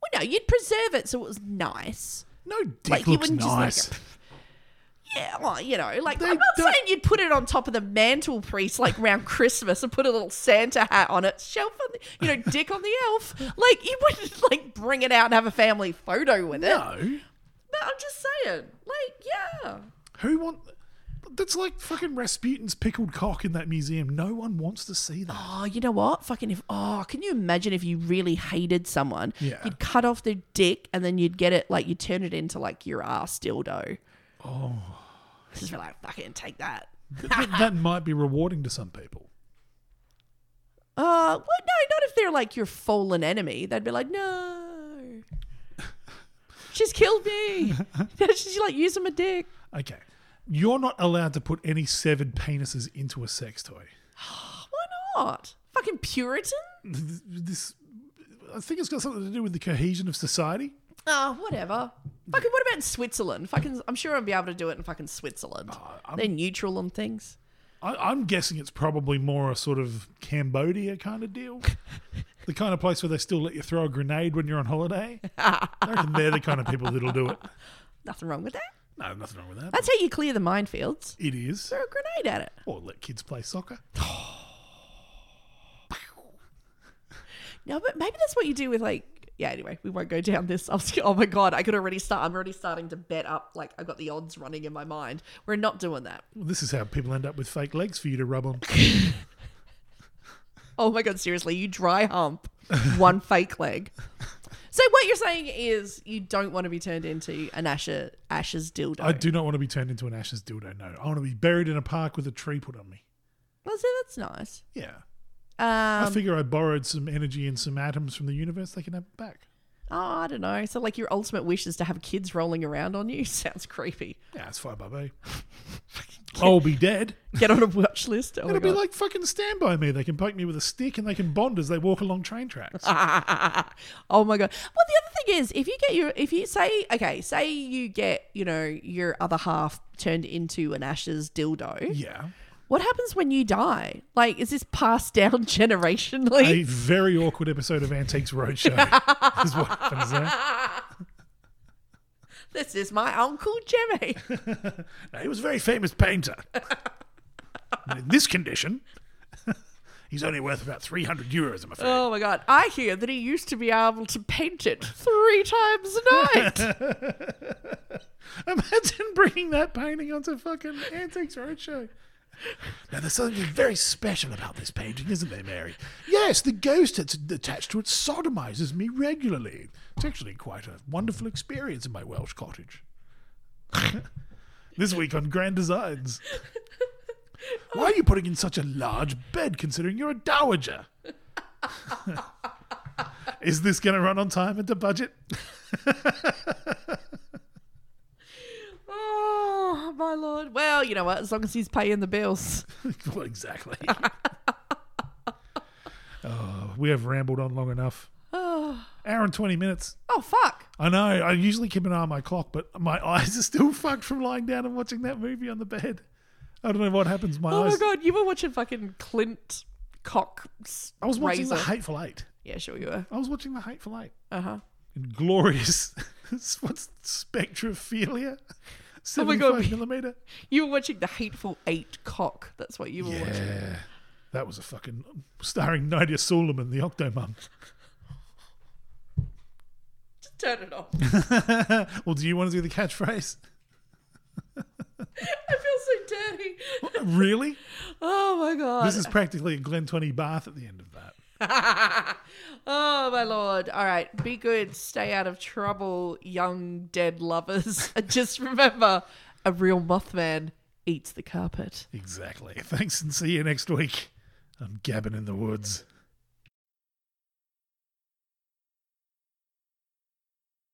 [SPEAKER 2] Well, no, you'd preserve it so it was nice.
[SPEAKER 3] No Dick looks nice.
[SPEAKER 2] yeah, well, you know, like I'm not saying you'd put it on top of the mantelpiece like round Christmas and put a little Santa hat on it, shelf on the, you know, dick on the elf. Like you wouldn't like bring it out and have a family photo with it.
[SPEAKER 3] no.
[SPEAKER 2] But I'm just saying, like, yeah.
[SPEAKER 3] Who want that's like fucking Rasputin's pickled cock in that museum. No one wants to see that.
[SPEAKER 2] Oh, you know what? Fucking if oh, can you imagine if you really hated someone?
[SPEAKER 3] Yeah.
[SPEAKER 2] You'd cut off their dick and then you'd get it like you turn it into like your ass dildo.
[SPEAKER 3] Oh.
[SPEAKER 2] Just be like, fucking take that.
[SPEAKER 3] Th- th- that might be rewarding to some people.
[SPEAKER 2] Uh, well, no, not if they're like your fallen enemy. They'd be like, no, she's killed me. she's like using my dick.
[SPEAKER 3] Okay. You're not allowed to put any severed penises into a sex toy.
[SPEAKER 2] Why not? Fucking Puritan.
[SPEAKER 3] Th- This, I think it's got something to do with the cohesion of society.
[SPEAKER 2] Oh, whatever. Fucking, what about in Switzerland? Fucking, I'm sure I'll be able to do it in fucking Switzerland. They're neutral on things.
[SPEAKER 3] I, I'm guessing it's probably more a sort of Cambodia kind of deal. the kind of place where they still let you throw a grenade when you're on holiday. I reckon they're the kind of people that'll do it.
[SPEAKER 2] Nothing wrong with that.
[SPEAKER 3] No, nothing wrong with that.
[SPEAKER 2] That's how you clear the minefields.
[SPEAKER 3] It is.
[SPEAKER 2] Throw a grenade at it.
[SPEAKER 3] Or let kids play soccer.
[SPEAKER 2] No, but maybe that's what you do with like. Yeah, anyway, we won't go down this. I was, oh my god, I could already start. I'm already starting to bet up. Like I got the odds running in my mind. We're not doing that.
[SPEAKER 3] Well, this is how people end up with fake legs for you to rub on.
[SPEAKER 2] Oh my god, seriously, you dry hump one fake leg. So what you're saying is you don't want to be turned into an Asher Asher's dildo.
[SPEAKER 3] I do not want to be turned into an ashes dildo. No, I want to be buried in a park with a tree put on me.
[SPEAKER 2] Well, see, that's nice.
[SPEAKER 3] Yeah.
[SPEAKER 2] Um,
[SPEAKER 3] I figure I borrowed some energy and some atoms from the universe. They can have it back.
[SPEAKER 2] oh, I don't know. So like your ultimate wish is to have kids rolling around on you. Sounds creepy.
[SPEAKER 3] Yeah, it's fine by me. I'll be dead.
[SPEAKER 2] Get on a watch list. Oh my
[SPEAKER 3] It'll be
[SPEAKER 2] God.
[SPEAKER 3] like fucking Stand By Me. They can poke me with a stick and they can bond as they walk along train tracks.
[SPEAKER 2] oh my god. Well, the other thing is, if you get your, if you say, okay, say you get, you know, your other half turned into an Asher's dildo.
[SPEAKER 3] Yeah.
[SPEAKER 2] What happens when you die? Like, is this passed down generationally?
[SPEAKER 3] A very awkward episode of Antiques Roadshow is what happens there.
[SPEAKER 2] This is my uncle Jimmy.
[SPEAKER 3] Now, he was a very famous painter. and in this condition, he's only worth about 300 euros, I'm afraid.
[SPEAKER 2] oh my god! I hear that he used to be able to paint it three times a night.
[SPEAKER 3] Imagine bringing that painting onto fucking Antiques Roadshow. Now, there's something very special about this painting, isn't there, Mary? Yes, the ghost that's attached to it sodomizes me regularly. It's actually quite a wonderful experience in my Welsh cottage. this week on Grand Designs. Why are you putting in such a large bed considering you're a dowager? Is this going to run on time and to budget?
[SPEAKER 2] oh my lord! Well, you know what? As long as he's paying the bills.
[SPEAKER 3] well, exactly. oh, we have rambled on long enough.
[SPEAKER 2] Oh,
[SPEAKER 3] Hour and 20 minutes.
[SPEAKER 2] oh fuck!
[SPEAKER 3] I know. I usually keep an eye on my clock, but my eyes are still fucked from lying down and watching that movie on the bed. I don't know what happens. My
[SPEAKER 2] oh
[SPEAKER 3] eyes.
[SPEAKER 2] my god, you were watching fucking Clint Cock.
[SPEAKER 3] I was watching The Hateful Eight.
[SPEAKER 2] Yeah, sure you were.
[SPEAKER 3] I was watching The Hateful Eight.
[SPEAKER 2] Uh huh.
[SPEAKER 3] Glorious. What's spectrophilia?
[SPEAKER 2] Oh my
[SPEAKER 3] 75
[SPEAKER 2] god,
[SPEAKER 3] millimeter.
[SPEAKER 2] You were watching The Hateful Eight Cock. That's what you were watching.
[SPEAKER 3] Yeah. That was a fucking starring Nadia Suleiman, the Octomum.
[SPEAKER 2] Just turn it off.
[SPEAKER 3] well, do you want to do the catchphrase?
[SPEAKER 2] I feel so dirty.
[SPEAKER 3] Really?
[SPEAKER 2] Oh my god.
[SPEAKER 3] This is practically a Glen 20 bath at the end of that.
[SPEAKER 2] oh my lord. All right. Be good. Stay out of trouble, young dead lovers. And Just remember a real Mothman eats the carpet.
[SPEAKER 3] Exactly. Thanks and see you next week. I'm gabbing in the woods.